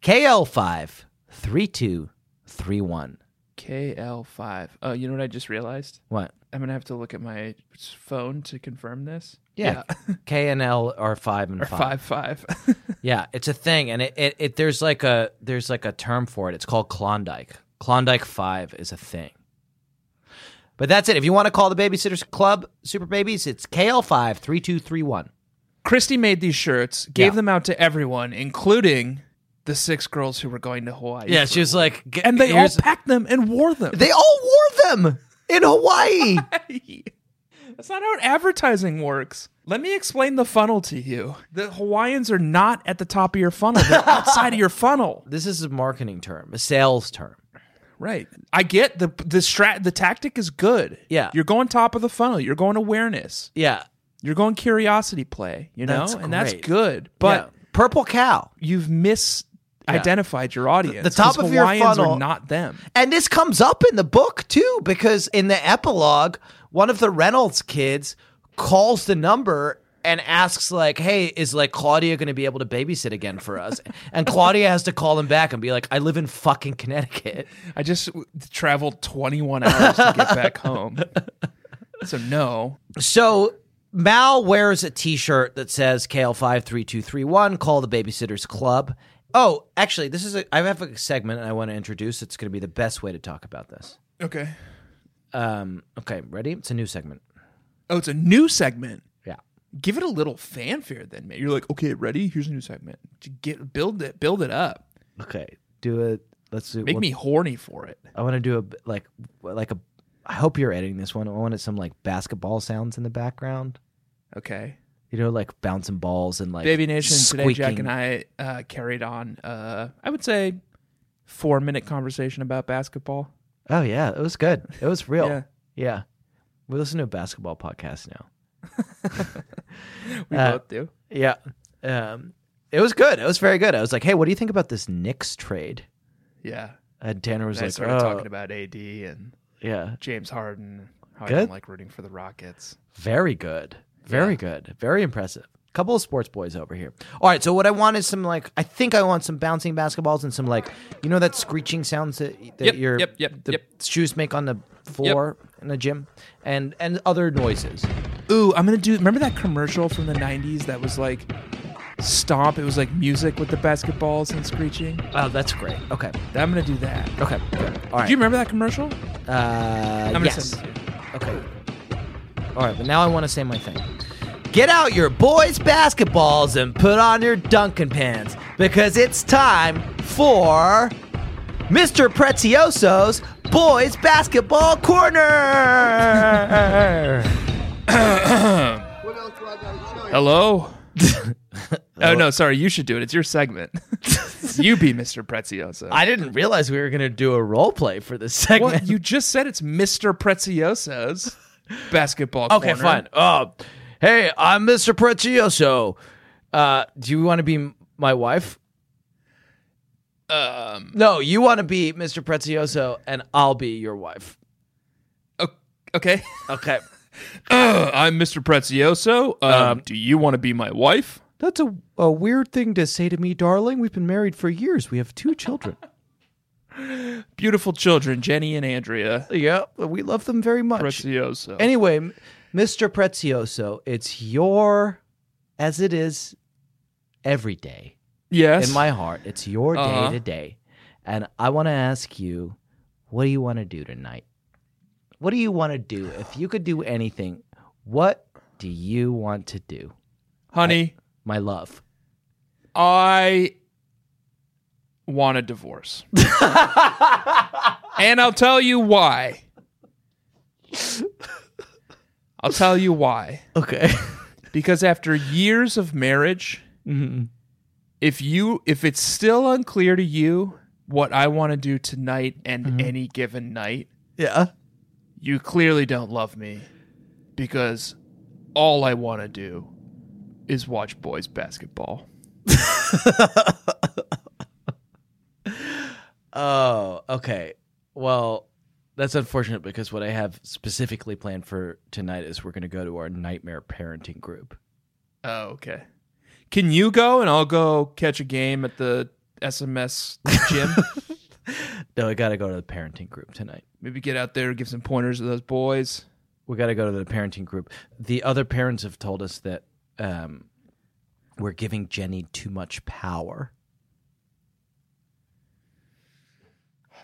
[SPEAKER 2] KL five three two three one.
[SPEAKER 4] KL5. Oh, you know what I just realized?
[SPEAKER 2] What?
[SPEAKER 4] I'm gonna have to look at my phone to confirm this.
[SPEAKER 2] Yeah, K and L are five and
[SPEAKER 4] or
[SPEAKER 2] five.
[SPEAKER 4] five five.
[SPEAKER 2] Yeah, it's a thing, and it, it, it there's like a there's like a term for it. It's called Klondike. Klondike Five is a thing. But that's it. If you want to call the Babysitters Club Super Babies, it's KL five three two three one.
[SPEAKER 4] Christy made these shirts, gave
[SPEAKER 2] Yeah.
[SPEAKER 4] them out to everyone, including the six girls who were going to Hawaii. for a
[SPEAKER 2] was like,
[SPEAKER 4] week. and they all packed them and wore them.
[SPEAKER 2] they all wore them in Hawaii.
[SPEAKER 4] That's not how advertising works. Let me explain the funnel to you. The Hawaiians are not at the top of your funnel; they're outside of your funnel.
[SPEAKER 2] this is a marketing term, a sales term.
[SPEAKER 4] Right. I get the the strat. The tactic is good.
[SPEAKER 2] Yeah.
[SPEAKER 4] you're going top of the funnel. You're going awareness.
[SPEAKER 2] Yeah,
[SPEAKER 4] You're going curiosity play. You know,
[SPEAKER 2] That's
[SPEAKER 4] and that's
[SPEAKER 2] great.
[SPEAKER 4] good. But
[SPEAKER 2] Yeah. Purple Cow.
[SPEAKER 4] you've misidentified your audience.
[SPEAKER 2] The top
[SPEAKER 4] 'cause
[SPEAKER 2] of your
[SPEAKER 4] Hawaiians
[SPEAKER 2] funnel-
[SPEAKER 4] are not them.
[SPEAKER 2] And this comes up in the book too, because in the epilogue, one of the Reynolds kids calls the number and asks, like, hey, is like Claudia gonna be able to babysit again for us? and Claudia has to call him back and be like, I live in fucking Connecticut.
[SPEAKER 4] I just w- traveled 21 hours to get back home. So no,
[SPEAKER 2] So Mal wears a T-shirt that says KL53231. Call the Babysitters Club. Oh, actually, this is a, I have a segment I want to introduce. It's going to be the best way to talk about this.
[SPEAKER 4] okay.
[SPEAKER 2] Um, okay, ready? It's a new segment.
[SPEAKER 4] Oh, it's a new segment.
[SPEAKER 2] Yeah.
[SPEAKER 4] Give it a little fanfare, then, man. You're like, okay, ready? Here's a new segment. To get build it, build it up.
[SPEAKER 2] Okay, do it. Let's do.
[SPEAKER 4] Make
[SPEAKER 2] we'll-
[SPEAKER 4] me horny for it.
[SPEAKER 2] I want to do a b- like like a. I hope you're editing this one. I wanted some like basketball sounds in the background.
[SPEAKER 4] Okay.
[SPEAKER 2] You know, like bouncing balls and like
[SPEAKER 4] Baby Nation, today Jack
[SPEAKER 2] squeaking.
[SPEAKER 4] and I uh, carried on, uh, I would say, four minute conversation about basketball.
[SPEAKER 2] Oh yeah, it was good. It was real.
[SPEAKER 4] Yeah.
[SPEAKER 2] yeah. we listen to a basketball podcast now.
[SPEAKER 4] We
[SPEAKER 2] Uh,
[SPEAKER 4] both do.
[SPEAKER 2] Yeah, um, it was good. It was very good. I was like, hey, what do you think about this Knicks trade?
[SPEAKER 4] Yeah.
[SPEAKER 2] And Tanner was
[SPEAKER 4] And I
[SPEAKER 2] like,
[SPEAKER 4] started
[SPEAKER 2] oh,
[SPEAKER 4] talking about AD and
[SPEAKER 2] yeah,
[SPEAKER 4] James Harden, how I
[SPEAKER 2] Good.
[SPEAKER 4] don't like rooting for the Rockets.
[SPEAKER 2] Very good. Very good. Very impressive. Couple of sports boys over here. All right, so what I want is some like I think I want some bouncing basketballs and some like you know that screeching sounds that, that
[SPEAKER 4] Yep,
[SPEAKER 2] your
[SPEAKER 4] yep, yep,
[SPEAKER 2] the
[SPEAKER 4] yep.
[SPEAKER 2] shoes make on the floor in the gym and and other noises.
[SPEAKER 4] Ooh, I'm gonna do. Remember that commercial from the '90s that was like stomp? It was like music with the basketballs and screeching.
[SPEAKER 2] Oh, that's great. Okay.
[SPEAKER 4] I'm gonna do that.
[SPEAKER 2] Okay. Good. All right.
[SPEAKER 4] Do you remember that commercial?
[SPEAKER 2] uh,
[SPEAKER 4] I'm gonna
[SPEAKER 2] yes.
[SPEAKER 4] send it to you.
[SPEAKER 2] Okay. All right, but now I want to say my thing. Get out your boys' basketballs and put on your Duncan pants because it's time for Mr. Prezioso's Boys Basketball Corner.
[SPEAKER 7] What else do I gotta show you?
[SPEAKER 4] Hello. oh no, sorry. You should do it. It's your segment. you be Mr. Prezioso.
[SPEAKER 2] I didn't realize we were going to do a role play for this segment.
[SPEAKER 4] well, you just said it's Mr. Prezioso's basketball.
[SPEAKER 2] Okay,
[SPEAKER 4] corner.
[SPEAKER 2] fine. Uh, hey, I'm Mr. Prezioso. Uh, do you want to be m- my wife? Um, no, you want to be Mr. Prezioso, and I'll be your wife.
[SPEAKER 4] O- okay.
[SPEAKER 2] Okay.
[SPEAKER 4] Uh, I'm Mr. Prezioso. Um, do you want to be my wife?
[SPEAKER 8] That's a, a weird thing to say to me, darling. We've been married for years. We have two children.
[SPEAKER 4] Beautiful children, Jenny and Andrea.
[SPEAKER 8] yeah, we love them very much.
[SPEAKER 4] Prezioso.
[SPEAKER 8] Anyway, m- Mr. Prezioso, it's your, as it is every day
[SPEAKER 4] yes.
[SPEAKER 8] in my heart, it's your day
[SPEAKER 4] Uh-huh.
[SPEAKER 8] to day. And I want to ask you, what do you want to do tonight? What do you want to do? If you could do anything, what do you want to do?
[SPEAKER 4] Honey,
[SPEAKER 8] My love.
[SPEAKER 4] I want a divorce. and I'll tell you why. I'll tell you why.
[SPEAKER 2] Okay.
[SPEAKER 4] Because after years of marriage,
[SPEAKER 8] Mm-hmm.
[SPEAKER 4] if you if it's still unclear to you what I want to do tonight and any given night,
[SPEAKER 2] yeah.
[SPEAKER 4] you clearly don't love me because all I want to do is watch boys basketball.
[SPEAKER 2] Oh, okay. Well, that's unfortunate because what I have specifically planned for tonight is we're going to go to our nightmare parenting group.
[SPEAKER 4] Oh, okay. Can you go and I'll go catch a game at the SMS gym?
[SPEAKER 2] No, I got to go to the parenting group tonight.
[SPEAKER 4] Maybe get out there, give some pointers to those boys.
[SPEAKER 2] we got to go to the parenting group. The other parents have told us that um, we're giving Jenny too much power.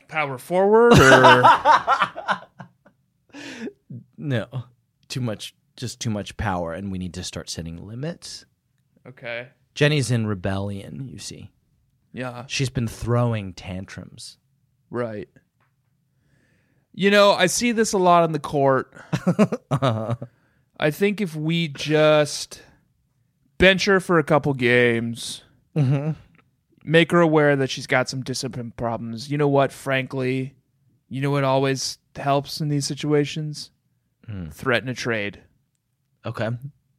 [SPEAKER 4] Power forward or
[SPEAKER 2] No, too much, just too much power, and we need to start setting limits.
[SPEAKER 4] Okay.
[SPEAKER 2] Jenny's in rebellion, you see.
[SPEAKER 4] Yeah.
[SPEAKER 2] She's been throwing tantrums.
[SPEAKER 4] Right. You know, I see this a lot on the court. I think if we just bench her for a couple games, make her aware that she's got some discipline problems. You know what? Frankly, you know what always helps in these situations? Threaten a trade,
[SPEAKER 2] Okay.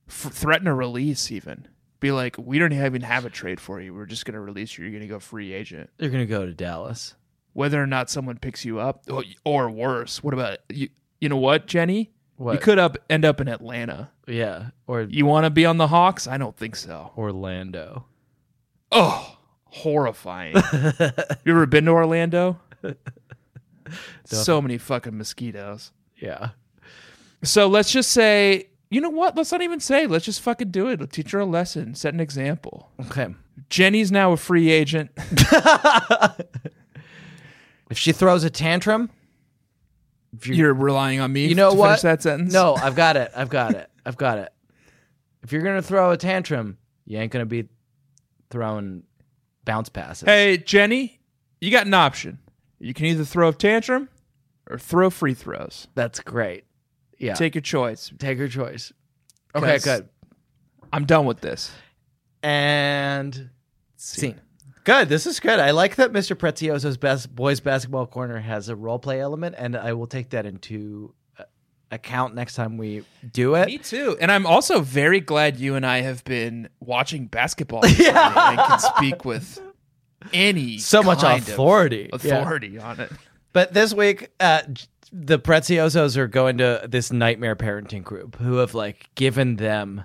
[SPEAKER 4] F- threaten a release, even. Be like, we don't even have a trade for you. We're just going to release you. You're going to go free agent
[SPEAKER 2] They're going to go to Dallas.
[SPEAKER 4] whether or not someone picks you up, or, or worse. What about you? You know what, Jenny? You
[SPEAKER 2] What?
[SPEAKER 4] could up end up in Atlanta.
[SPEAKER 2] Yeah. Or
[SPEAKER 4] You want to be on the Hawks? I don't think so.
[SPEAKER 2] Orlando.
[SPEAKER 4] Oh, horrifying! you ever been to Orlando? so many fucking mosquitoes.
[SPEAKER 2] Yeah.
[SPEAKER 4] So let's just say, you know what? Let's not even say. Let's just fucking do it. Let's teach her a lesson. Set an example.
[SPEAKER 2] Okay.
[SPEAKER 4] Jenny's now a free agent.
[SPEAKER 2] If she throws a tantrum, if you-
[SPEAKER 4] You're relying on me.
[SPEAKER 2] You know
[SPEAKER 4] to
[SPEAKER 2] what?
[SPEAKER 4] Finish that sentence.
[SPEAKER 2] No, I've got it. I've got it. I've got it. If you're gonna throw a tantrum, you ain't gonna be throwing bounce passes.
[SPEAKER 4] Hey, Jenny, you got an option. You can either throw a tantrum or throw free throws.
[SPEAKER 2] that's great. Yeah, take,
[SPEAKER 4] Take your choice.
[SPEAKER 2] your choice. Okay,
[SPEAKER 4] 'Cause-
[SPEAKER 2] good.
[SPEAKER 4] I'm done with this.
[SPEAKER 2] And scene. Good. This is good. I like that Mr. Prezioso's best boys basketball corner has a role play element, and I will take that into uh, account next time we do it.
[SPEAKER 4] Me too. And I'm also very glad you and I have been watching basketball recently and can speak with any
[SPEAKER 2] So much
[SPEAKER 4] kind of
[SPEAKER 2] authority. Yeah.
[SPEAKER 4] authority on it.
[SPEAKER 2] But this week, uh, j- the Preziosos are going to this nightmare parenting group who have like given them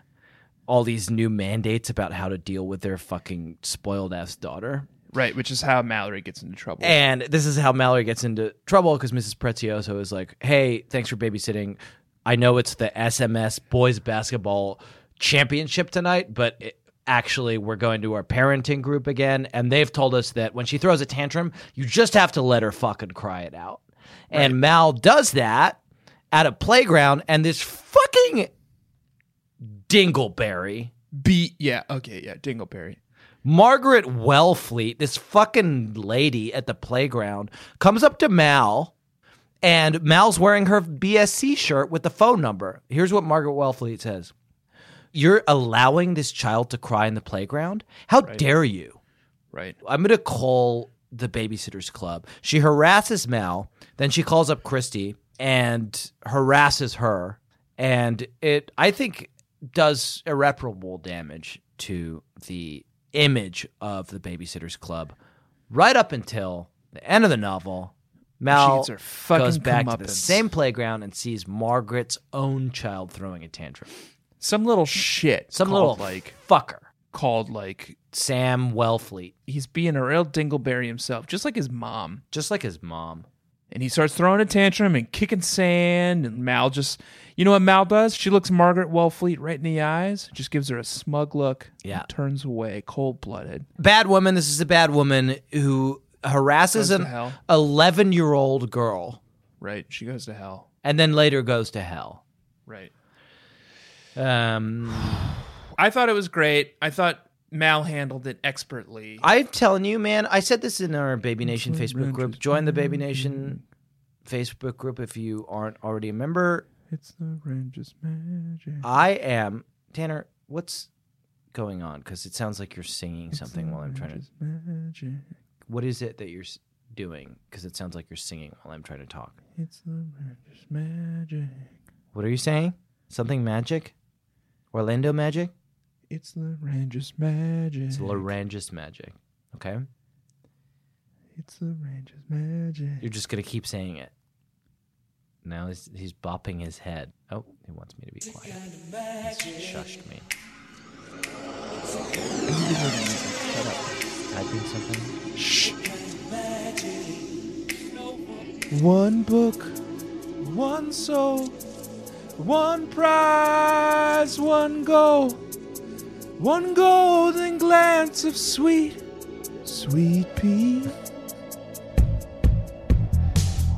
[SPEAKER 2] all these new mandates about how to deal with their fucking spoiled ass daughter.
[SPEAKER 4] Right, which is how Mallory gets into trouble.
[SPEAKER 2] And this is how Mallory gets into trouble because Mrs. Prezioso is like, hey, thanks for babysitting. I know it's the SMS boys basketball championship tonight, but it, actually, we're going to our parenting group again. And they've told us that when she throws a tantrum, you just have to let her fucking cry it out. And Mal does that at a playground, and this fucking dingleberry.
[SPEAKER 4] Beat, yeah, okay, yeah, Dingleberry.
[SPEAKER 2] Margaret Wellfleet, this fucking lady at the playground, comes up to Mal, and Mal's wearing her BSC shirt with the phone number. Here's what Margaret Wellfleet says You're allowing this child to cry in the playground? How dare you?
[SPEAKER 4] Right.
[SPEAKER 2] I'm going to call the babysitters club. She harasses Mal, then she calls up Christy and harasses her and it I think does irreparable damage to the image of the babysitters club right up until the end of the novel.
[SPEAKER 4] She
[SPEAKER 2] Mal
[SPEAKER 4] gets her fucking
[SPEAKER 2] goes back to the
[SPEAKER 4] comeuppance.
[SPEAKER 2] same playground and sees Margaret's own child throwing a tantrum.
[SPEAKER 4] Some little shit.
[SPEAKER 2] Some little
[SPEAKER 4] called, like
[SPEAKER 2] fucker,
[SPEAKER 4] called like
[SPEAKER 2] Sam Wellfleet,
[SPEAKER 4] he's being a real dingleberry himself, just like his mom.
[SPEAKER 2] just like his mom.
[SPEAKER 4] And he starts throwing a tantrum and kicking sand. And Mal just, you know what Mal does? She looks Margaret Wellfleet right in the eyes, just gives her a smug look,
[SPEAKER 2] Yeah.
[SPEAKER 4] and turns away, cold blooded.
[SPEAKER 2] bad woman. This is a bad woman who harasses
[SPEAKER 4] Goes to
[SPEAKER 2] an
[SPEAKER 4] hell.
[SPEAKER 2] eleven year old girl
[SPEAKER 4] Right. She goes to hell.
[SPEAKER 2] and then later goes to hell.
[SPEAKER 4] Right.
[SPEAKER 2] Um,
[SPEAKER 4] I thought it was great. I thought Mal handled it expertly.
[SPEAKER 2] I'm telling you, man. I said this in our Baby Nation Facebook group. Join the Baby Nation Facebook group if you aren't already a member.
[SPEAKER 4] it's the Ranger's magic.
[SPEAKER 2] I am Tanner. What's going on? Because it sounds like you're singing something while I'm trying to.
[SPEAKER 4] magic.
[SPEAKER 2] What is it that you're s- doing? Because it sounds like you're singing while I'm trying to talk.
[SPEAKER 4] It's the Ranger's magic.
[SPEAKER 2] What are you saying? Something magic? Orlando magic?
[SPEAKER 4] It's the Ranger's magic.
[SPEAKER 2] It's laryngeus magic. Okay?
[SPEAKER 4] It's the Ranger's magic.
[SPEAKER 2] You're just going to keep saying it. Now he's, he's bopping his head. Oh, he wants me to be quiet. He's shushed me. Typing something?
[SPEAKER 4] One book, one soul, one prize, one goal, one golden glance of sweet, sweet pea.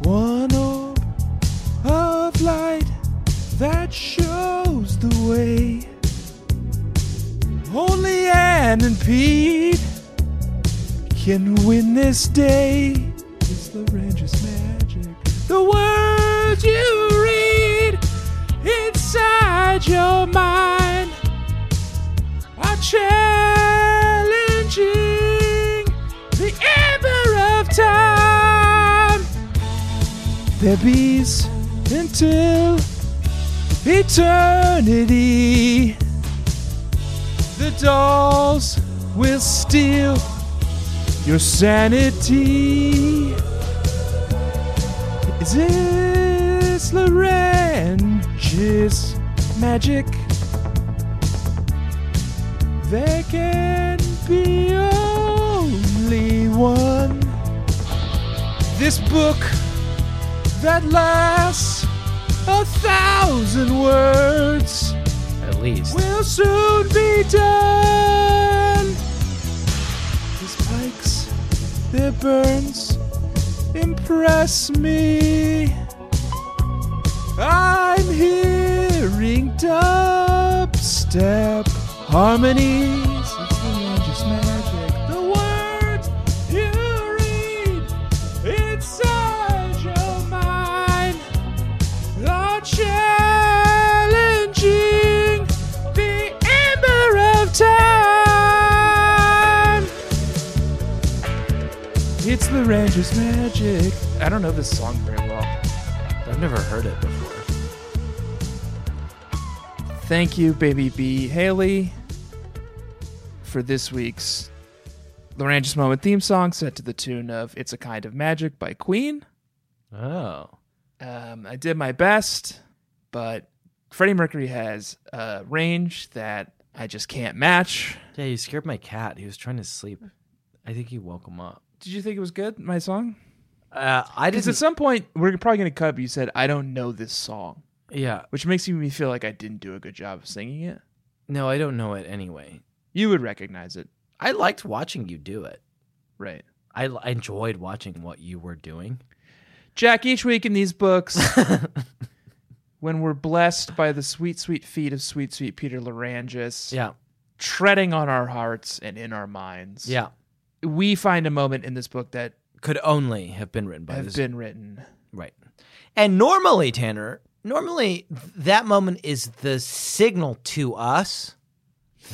[SPEAKER 4] One orb of light that shows the way. Only Anne and Pete can win this day. It's the Ranger's magic. The words you read inside your mind are challenging the ember of time. They're bees until eternity. The dolls will steal your sanity. Is this Lorange's magic? There can be only one. This book that lasts a thousand words
[SPEAKER 2] At least.
[SPEAKER 4] will soon be done. His pikes, their burns, impress me. I'm hearing dubstep harmonies. It's the Ranger's magic. The words you read inside your mind are challenging the ember of time. It's the Ranger's magic. I don't know this song very well.
[SPEAKER 2] I've never heard it before.
[SPEAKER 4] Thank you, Baby B. Haley, for this week's Larangis Moment theme song set to the tune of It's a Kind of Magic by Queen.
[SPEAKER 2] Oh.
[SPEAKER 4] Um, I did my best, but Freddie Mercury has a range that I just can't match.
[SPEAKER 2] Yeah, you scared my cat. He was trying to sleep. I think he woke him up.
[SPEAKER 4] Did you think it was good, my song?
[SPEAKER 2] Uh, I
[SPEAKER 4] Because
[SPEAKER 2] didn't.
[SPEAKER 4] at some point, we're probably going to cut, but you said, I don't know this song,
[SPEAKER 2] yeah.
[SPEAKER 4] which makes me feel like I didn't do a good job of singing it.
[SPEAKER 2] No, I don't know it anyway.
[SPEAKER 4] You would recognize it,
[SPEAKER 2] I liked watching you do it.
[SPEAKER 4] right?
[SPEAKER 2] I, I enjoyed watching what you were doing.
[SPEAKER 4] Jack, each week in these books, when we're blessed by the sweet, sweet feet of sweet, sweet Peter Larangis,
[SPEAKER 2] Yeah.
[SPEAKER 4] treading on our hearts and in our minds,
[SPEAKER 2] Yeah.
[SPEAKER 4] we find a moment in this book that
[SPEAKER 2] Could only have been written by
[SPEAKER 4] have
[SPEAKER 2] this.
[SPEAKER 4] been written.
[SPEAKER 2] Right. And normally, Tanner, Normally, th- that moment is the signal to us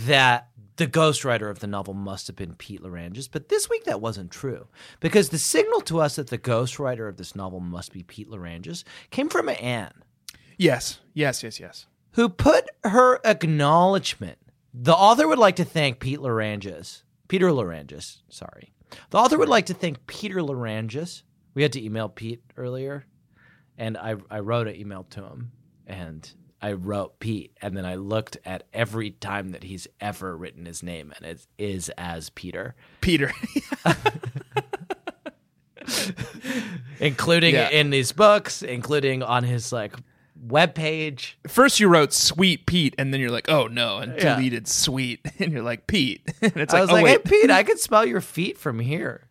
[SPEAKER 2] that the ghostwriter of the novel must have been Pete Larranges, but this week that wasn't true because the signal to us that the ghostwriter of this novel must be Pete Larranges came from Anne,
[SPEAKER 4] Yes, yes, yes, yes.
[SPEAKER 2] who put her acknowledgement. The author would like to thank Pete Larranges, Peter Larranges, sorry. The author would like to thank Peter Larranges. We had to email Pete earlier, and I, I wrote an email to him, and I wrote Pete, and then I looked at every time that he's ever written his name, and it is as Peter.
[SPEAKER 4] Peter.
[SPEAKER 2] including
[SPEAKER 4] Yeah.
[SPEAKER 2] in these books, including on his like webpage.
[SPEAKER 4] First you wrote sweet Pete and then you're like, "Oh no," and
[SPEAKER 2] Yeah.
[SPEAKER 4] deleted sweet and you're like, "Pete." And it's
[SPEAKER 2] I
[SPEAKER 4] like,
[SPEAKER 2] was
[SPEAKER 4] "Oh
[SPEAKER 2] like,
[SPEAKER 4] wait."
[SPEAKER 2] "Hey, Pete, I could smell your feet from here."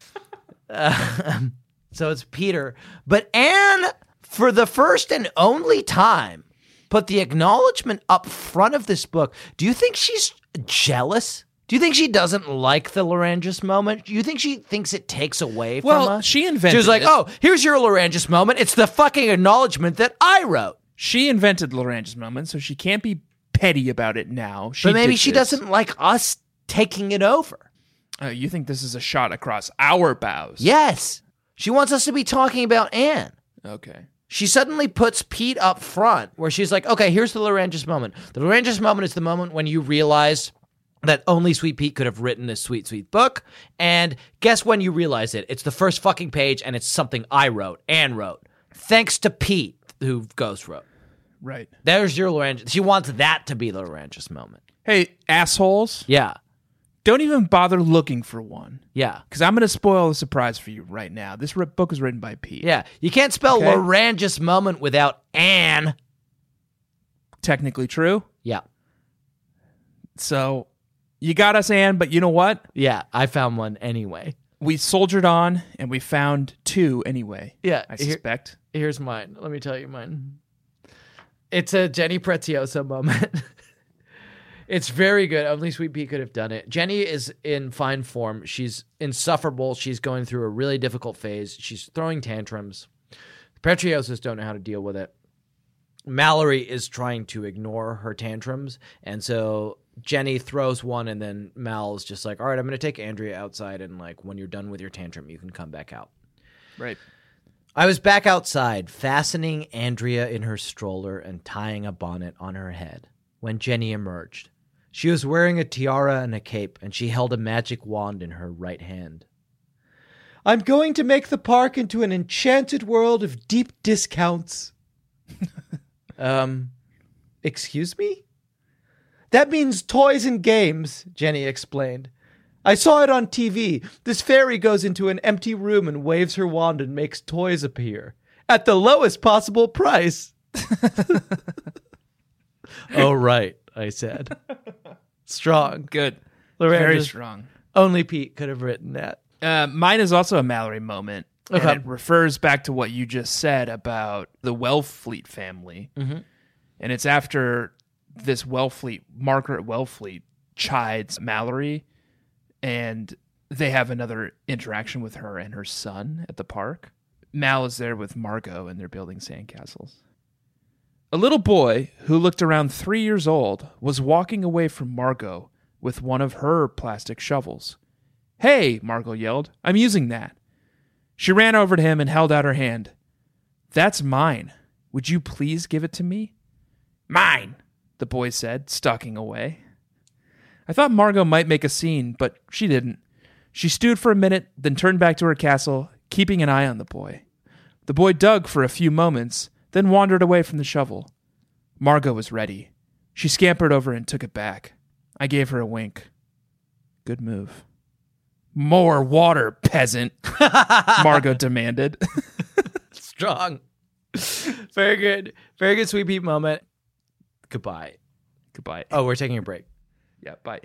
[SPEAKER 2] Um, so it's Peter, but Anne, for the first and only time, put the acknowledgement up front of this book. Do you think she's jealous? Do you think she doesn't like the Larangis moment? Do you think she thinks it takes away
[SPEAKER 4] Well,
[SPEAKER 2] from us?
[SPEAKER 4] she invented
[SPEAKER 2] She was like,
[SPEAKER 4] it.
[SPEAKER 2] "Oh, here's your Larangis moment. It's the fucking acknowledgement that I wrote."
[SPEAKER 4] She invented Lorange's moment, so she can't be petty about it now. She
[SPEAKER 2] but maybe
[SPEAKER 4] did
[SPEAKER 2] she
[SPEAKER 4] this.
[SPEAKER 2] doesn't like us taking it over.
[SPEAKER 4] Oh, you think this is a shot across our bows?
[SPEAKER 2] Yes. She wants us to be talking about Anne.
[SPEAKER 4] Okay.
[SPEAKER 2] She suddenly puts Pete up front where she's like, okay, here's the Larangis moment. The Larangis moment is the moment when you realize that only Sweet Pete could have written this sweet, sweet book. And guess when you realize it? It's the first fucking page and it's something I wrote, Anne wrote. Thanks to Pete, who Ghost wrote.
[SPEAKER 4] Right.
[SPEAKER 2] There's your Larangis. She wants that to be the Larangis moment.
[SPEAKER 4] Hey, assholes,
[SPEAKER 2] Yeah.
[SPEAKER 4] don't even bother looking for one
[SPEAKER 2] Yeah.
[SPEAKER 4] cuz I'm going to spoil the surprise for you right now. This ri book was written by Pete.
[SPEAKER 2] Yeah. You can't spell
[SPEAKER 4] Okay.
[SPEAKER 2] Larangis moment without Anne.
[SPEAKER 4] Technically true.
[SPEAKER 2] Yeah.
[SPEAKER 4] So, you got us Anne, but you know what?
[SPEAKER 2] Yeah, I found one anyway.
[SPEAKER 4] We soldiered on and we found two anyway.
[SPEAKER 2] Yeah,
[SPEAKER 4] I
[SPEAKER 2] here-
[SPEAKER 4] suspect.
[SPEAKER 2] Here's mine. Let me tell you mine. It's a Jenny Preziosa moment. it's very good. Only Sweet Pea could have done it. Jenny is in fine form. She's insufferable. She's going through a really difficult phase. She's throwing tantrums. The Pretriosas don't know how to deal with it. Mallory is trying to ignore her tantrums. And so Jenny throws one, and then Mal's just like, all right, I'm going to take Andrea outside. And like, when you're done with your tantrum, you can come back out.
[SPEAKER 4] Right.
[SPEAKER 2] I was back outside, fastening Andrea in her stroller and tying a bonnet on her head, when Jenny emerged. She was wearing a tiara and a cape, and she held a magic wand in her right hand. I'm going to make the park into an enchanted world of deep discounts. um, excuse me? That means toys and games, Jenny explained. I saw it on TV. This fairy goes into an empty room and waves her wand and makes toys appear at the lowest possible price. oh, right, I said. Strong.
[SPEAKER 4] Good. Very
[SPEAKER 2] Lorange's,
[SPEAKER 4] strong.
[SPEAKER 2] only Pete could have written that.
[SPEAKER 4] Uh, mine is also a Mallory moment.
[SPEAKER 2] Okay.
[SPEAKER 4] And it refers back to what you just said about the Wellfleet family. And it's after this Wellfleet, Margaret Wellfleet chides Mallory, and they have another interaction with her and her son at the park. Mal is there with Margot, and they're building sandcastles. A little boy who looked around three years old was walking away from Margot with one of her plastic shovels. Hey, Margot yelled. I'm using that. She ran over to him and held out her hand. That's mine. Would you please give it to me? Mine, the boy said, stalking away. I thought Margot might make a scene, but she didn't. She stewed for a minute, then turned back to her castle, keeping an eye on the boy. The boy dug for a few moments, then wandered away from the shovel. Margot was ready. She scampered over and took it back. I gave her a wink. Good move. More water, peasant, Margot demanded.
[SPEAKER 2] Strong. Very good. Very good, Sweet Pete moment. Goodbye.
[SPEAKER 4] Goodbye.
[SPEAKER 2] Oh, we're taking a break.
[SPEAKER 4] Yeah, bye.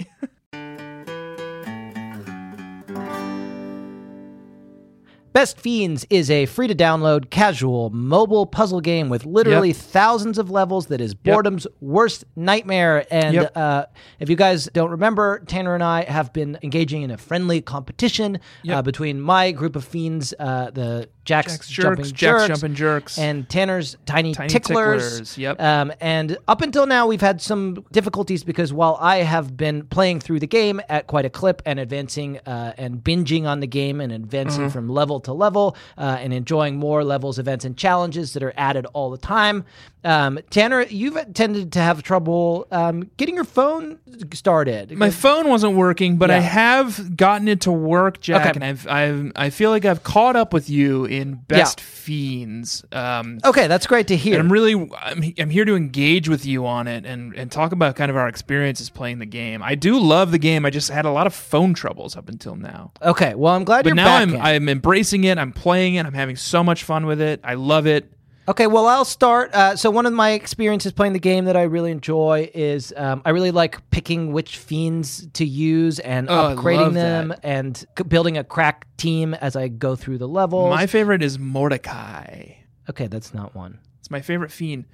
[SPEAKER 2] Best Fiends is a free to download casual mobile puzzle game with literally
[SPEAKER 4] Yep.
[SPEAKER 2] thousands of levels that is boredom's worst nightmare. And
[SPEAKER 4] Yep.
[SPEAKER 2] uh, if you guys don't remember, Tanner and I have been engaging in a friendly competition uh,
[SPEAKER 4] Yep.
[SPEAKER 2] between my group of fiends, uh, the Jack's,
[SPEAKER 4] Jack's Jerks,
[SPEAKER 2] Jumping
[SPEAKER 4] Jack's
[SPEAKER 2] Jerks,
[SPEAKER 4] Jumping Jerks.
[SPEAKER 2] and Tanner's Tiny,
[SPEAKER 4] Tiny
[SPEAKER 2] Ticklers.
[SPEAKER 4] Ticklers, yep.
[SPEAKER 2] Um, and up until now, we've had some difficulties because while I have been playing through the game at quite a clip and advancing uh, and binging on the game and advancing
[SPEAKER 4] Mm-hmm.
[SPEAKER 2] from level to level uh, and enjoying more levels, events, and challenges that are added all the time, um, Tanner, you've tended to have trouble um, getting your phone started.
[SPEAKER 4] My phone wasn't working, but I
[SPEAKER 2] Yeah.
[SPEAKER 4] have gotten it to work, Jack,
[SPEAKER 2] Okay.
[SPEAKER 4] and I've, I've I feel like I've caught up with you in Best Fiends. Um,
[SPEAKER 2] okay, that's great to hear.
[SPEAKER 4] and I'm really I'm, I'm here to engage with you on it and and talk about kind of our experiences playing the game. I do love the game. I just had a lot of phone troubles up until now.
[SPEAKER 2] okay, well, I'm glad
[SPEAKER 4] But
[SPEAKER 2] Oh, you're
[SPEAKER 4] now
[SPEAKER 2] back
[SPEAKER 4] I'm
[SPEAKER 2] in.
[SPEAKER 4] I'm embracing it. I'm playing it. I'm having so much fun with it. I love it.
[SPEAKER 2] Okay, well, I'll start. Uh, so, one of my experiences playing the game that I really enjoy is um, I really like picking which fiends to use and
[SPEAKER 4] Oh, I
[SPEAKER 2] upgrading
[SPEAKER 4] love
[SPEAKER 2] them and c- building a crack team as I go through the levels.
[SPEAKER 4] My favorite is Mordecai.
[SPEAKER 2] okay, that's not one.
[SPEAKER 4] It's my favorite fiend.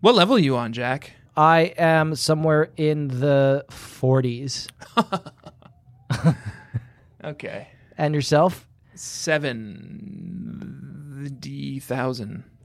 [SPEAKER 4] What level are you on, Jack?
[SPEAKER 2] I am somewhere in the 40s.
[SPEAKER 4] Okay.
[SPEAKER 2] And yourself?
[SPEAKER 4] Seven D thousand.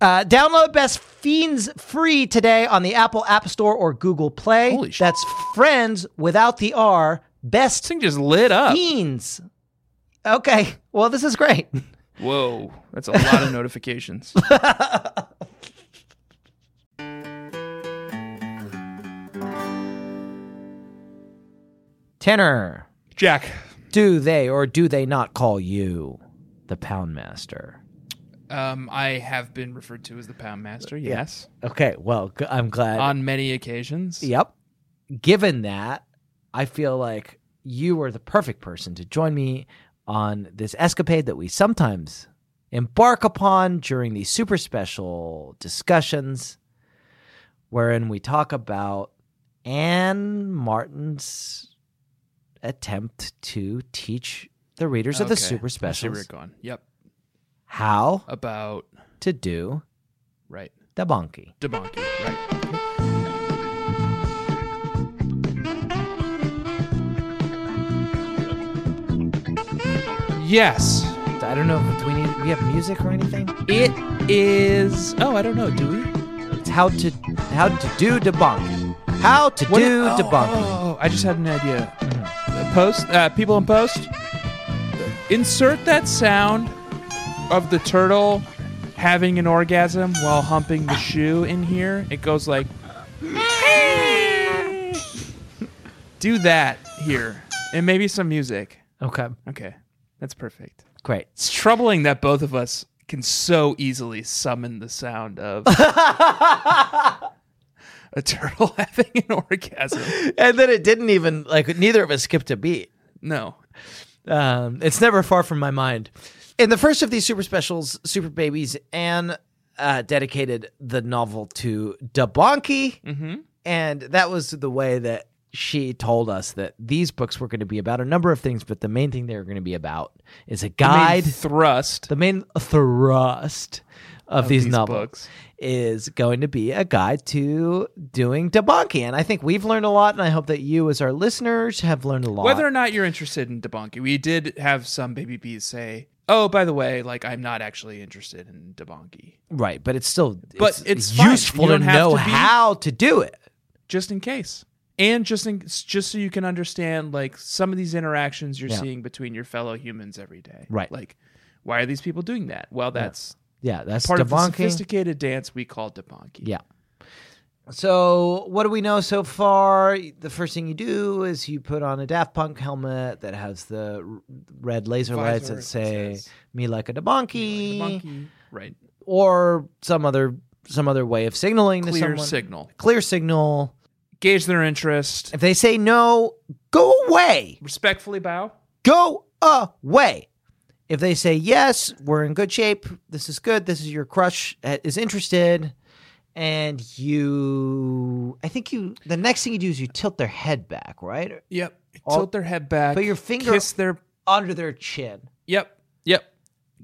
[SPEAKER 2] Uh, download Best Fiends free today on the Apple App Store or Google Play.
[SPEAKER 4] Holy shit.
[SPEAKER 2] That's friends without the R.
[SPEAKER 4] This
[SPEAKER 2] Best
[SPEAKER 4] thing just lit up.
[SPEAKER 2] Fiends. Okay. Well, this is great.
[SPEAKER 4] Whoa, that's a lot of notifications.
[SPEAKER 2] Tanner,
[SPEAKER 4] Jack,
[SPEAKER 2] do they or do they not call you the Pound Master?
[SPEAKER 4] um, I have been referred to as the Pound Master, yes,
[SPEAKER 2] Okay. Well, g- I'm glad.
[SPEAKER 4] on many occasions.
[SPEAKER 2] Yep. Given that, I feel like you are the perfect person to join me on this escapade that we sometimes embark upon during these super special discussions, wherein we talk about Anne Martin's attempt to teach the readers of the
[SPEAKER 4] Okay,
[SPEAKER 2] super
[SPEAKER 4] I see where you're
[SPEAKER 2] specials
[SPEAKER 4] going. Yep,
[SPEAKER 2] how
[SPEAKER 4] about
[SPEAKER 2] to do
[SPEAKER 4] right,
[SPEAKER 2] the bonky.
[SPEAKER 4] Debonky, right? Yes,
[SPEAKER 2] I don't know if we need we have music or anything.
[SPEAKER 4] it is. Oh, I don't know. Do we?
[SPEAKER 2] It's how to how to do debunk. How to
[SPEAKER 4] What
[SPEAKER 2] do
[SPEAKER 4] oh,
[SPEAKER 2] debunk.
[SPEAKER 4] oh, oh, I just had an idea. Uh, Post uh, people in post. Insert that sound of the turtle having an orgasm while humping the shoe in here. It goes like. Do that here, and maybe some music.
[SPEAKER 2] Okay,
[SPEAKER 4] Okay, that's perfect.
[SPEAKER 2] great.
[SPEAKER 4] It's troubling that both of us can so easily summon the sound of a turtle having an orgasm.
[SPEAKER 2] and then it didn't even like neither of us skipped a beat.
[SPEAKER 4] No.
[SPEAKER 2] Um, it's never far from my mind. In the first of these super specials, Super Babies, Anne uh, dedicated the novel to Debonki. And that was the way that she told us that these books were going to be about a number of things, but the main thing they were going to be about is a
[SPEAKER 4] Main
[SPEAKER 2] guide.
[SPEAKER 4] thrust.
[SPEAKER 2] the main thrust of, these,
[SPEAKER 4] these
[SPEAKER 2] novels
[SPEAKER 4] books.
[SPEAKER 2] is going to be a guide to doing debunking. And I think we've learned a lot, and I hope that you, as our listeners, have learned a lot.
[SPEAKER 4] Whether or not you're interested in debunking, we did have some baby bees say, "Oh, by the way, like I'm not actually interested in debunking,
[SPEAKER 2] Right, but it's still
[SPEAKER 4] But it's fine.
[SPEAKER 2] useful
[SPEAKER 4] You
[SPEAKER 2] to
[SPEAKER 4] don't have
[SPEAKER 2] know
[SPEAKER 4] to be-
[SPEAKER 2] how to do it.
[SPEAKER 4] just in case." And just in, just so you can understand, like some of these interactions you're
[SPEAKER 2] Yeah.
[SPEAKER 4] seeing between your fellow humans every day,
[SPEAKER 2] Right.
[SPEAKER 4] Like, why are these people doing that? Well, that's
[SPEAKER 2] Yeah, that's
[SPEAKER 4] part of the
[SPEAKER 2] debunking.
[SPEAKER 4] sophisticated dance we call debunking.
[SPEAKER 2] yeah. So what do we know so far? The first thing you do is you put on a Daft Punk helmet that has the r- red laser
[SPEAKER 4] Visor
[SPEAKER 2] lights that
[SPEAKER 4] that
[SPEAKER 2] say
[SPEAKER 4] says,
[SPEAKER 2] "Me like a debunky,"
[SPEAKER 4] Debunking, right?
[SPEAKER 2] or some other some other way of signaling to
[SPEAKER 4] Clear
[SPEAKER 2] someone.
[SPEAKER 4] signal,
[SPEAKER 2] Clear signal.
[SPEAKER 4] gauge their interest,
[SPEAKER 2] If they say no, go away.
[SPEAKER 4] respectfully bow.
[SPEAKER 2] go away. If they say yes, we're in good shape. This is good. This is your crush uh, is interested, and you. I think you. The next thing you do is you tilt their head back, right
[SPEAKER 4] Yep.
[SPEAKER 2] All-
[SPEAKER 4] Tilt their head back.
[SPEAKER 2] Put your finger-
[SPEAKER 4] Kiss their.
[SPEAKER 2] under their chin,
[SPEAKER 4] Yep. Yep.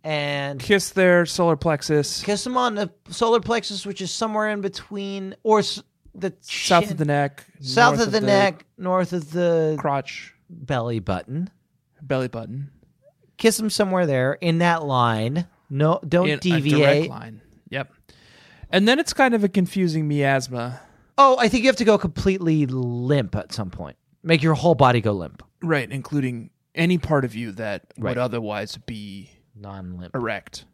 [SPEAKER 2] and
[SPEAKER 4] Kiss their solar plexus.
[SPEAKER 2] kiss them on the solar plexus, which is somewhere in between, or s- the
[SPEAKER 4] south
[SPEAKER 2] chin-
[SPEAKER 4] of the neck.
[SPEAKER 2] south
[SPEAKER 4] north
[SPEAKER 2] of the neck, north of the
[SPEAKER 4] Crotch.
[SPEAKER 2] belly button.
[SPEAKER 4] Belly button.
[SPEAKER 2] Kiss them somewhere there in that line. No, don't
[SPEAKER 4] in a direct
[SPEAKER 2] deviate.
[SPEAKER 4] line. Yep. And then it's kind of a confusing miasma.
[SPEAKER 2] Oh, I think you have to go completely limp at some point. Make your whole body go limp.
[SPEAKER 4] Right. Including any part of you that
[SPEAKER 2] Right.
[SPEAKER 4] would otherwise be
[SPEAKER 2] Non limp.
[SPEAKER 4] erect.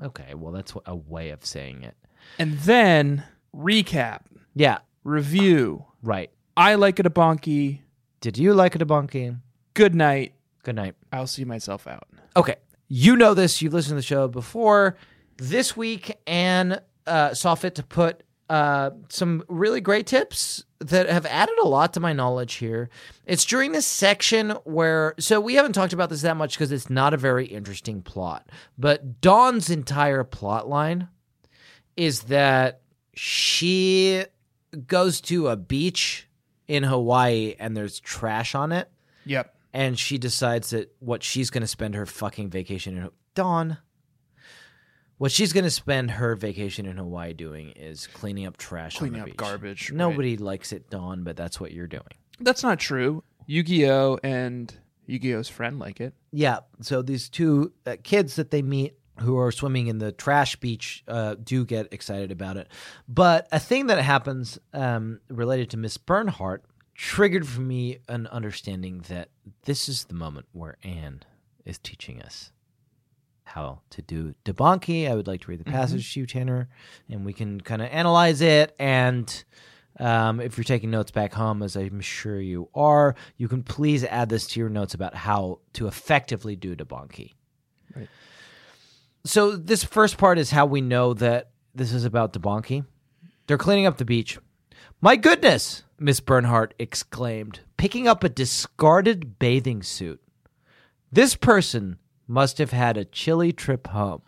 [SPEAKER 2] Okay, well, that's a way of saying it.
[SPEAKER 4] And then recap,
[SPEAKER 2] Yeah,
[SPEAKER 4] review.
[SPEAKER 2] right.
[SPEAKER 4] I like it a bonky.
[SPEAKER 2] Did you like a debunking?
[SPEAKER 4] Good night.
[SPEAKER 2] Good night.
[SPEAKER 4] I'll see myself out.
[SPEAKER 2] Okay, you know this. You've listened to the show before. This week, Anne uh, saw fit to put uh, some really great tips that have added a lot to my knowledge here. It's during this section where, so we haven't talked about this that much because it's not a very interesting plot, but Dawn's entire plot line is that she goes to a beach in Hawaii and there's trash on it
[SPEAKER 4] Yep.
[SPEAKER 2] and she decides that what she's going to spend her fucking vacation in Dawn. What she's going to spend her vacation in Hawaii doing is cleaning up trash, on
[SPEAKER 4] Cleaning
[SPEAKER 2] the
[SPEAKER 4] up
[SPEAKER 2] beach.
[SPEAKER 4] garbage, right.
[SPEAKER 2] Nobody likes it, Dawn, but that's what you're doing.
[SPEAKER 4] That's not true. Yu-Gi-Oh and Yu-Gi-Oh's friend like it.
[SPEAKER 2] Yeah. So these two uh, kids that they meet who are swimming in the trash beach uh, do get excited about it. But a thing that happens um, related to Miss Bernhardt triggered for me an understanding that this is the moment where Anne is teaching us how to do debonki. I would like to read the passage to you, Tanner, and we can kind of analyze it. And um, if you're taking notes back home, as I'm sure you are, you can please add this to your notes about how to effectively do debonki.
[SPEAKER 4] Right.
[SPEAKER 2] So this first part is how we know that this is about debonki. They're cleaning up the beach. My goodness, Miss Bernhardt exclaimed, picking up a discarded bathing suit. This person must have had a chilly trip home.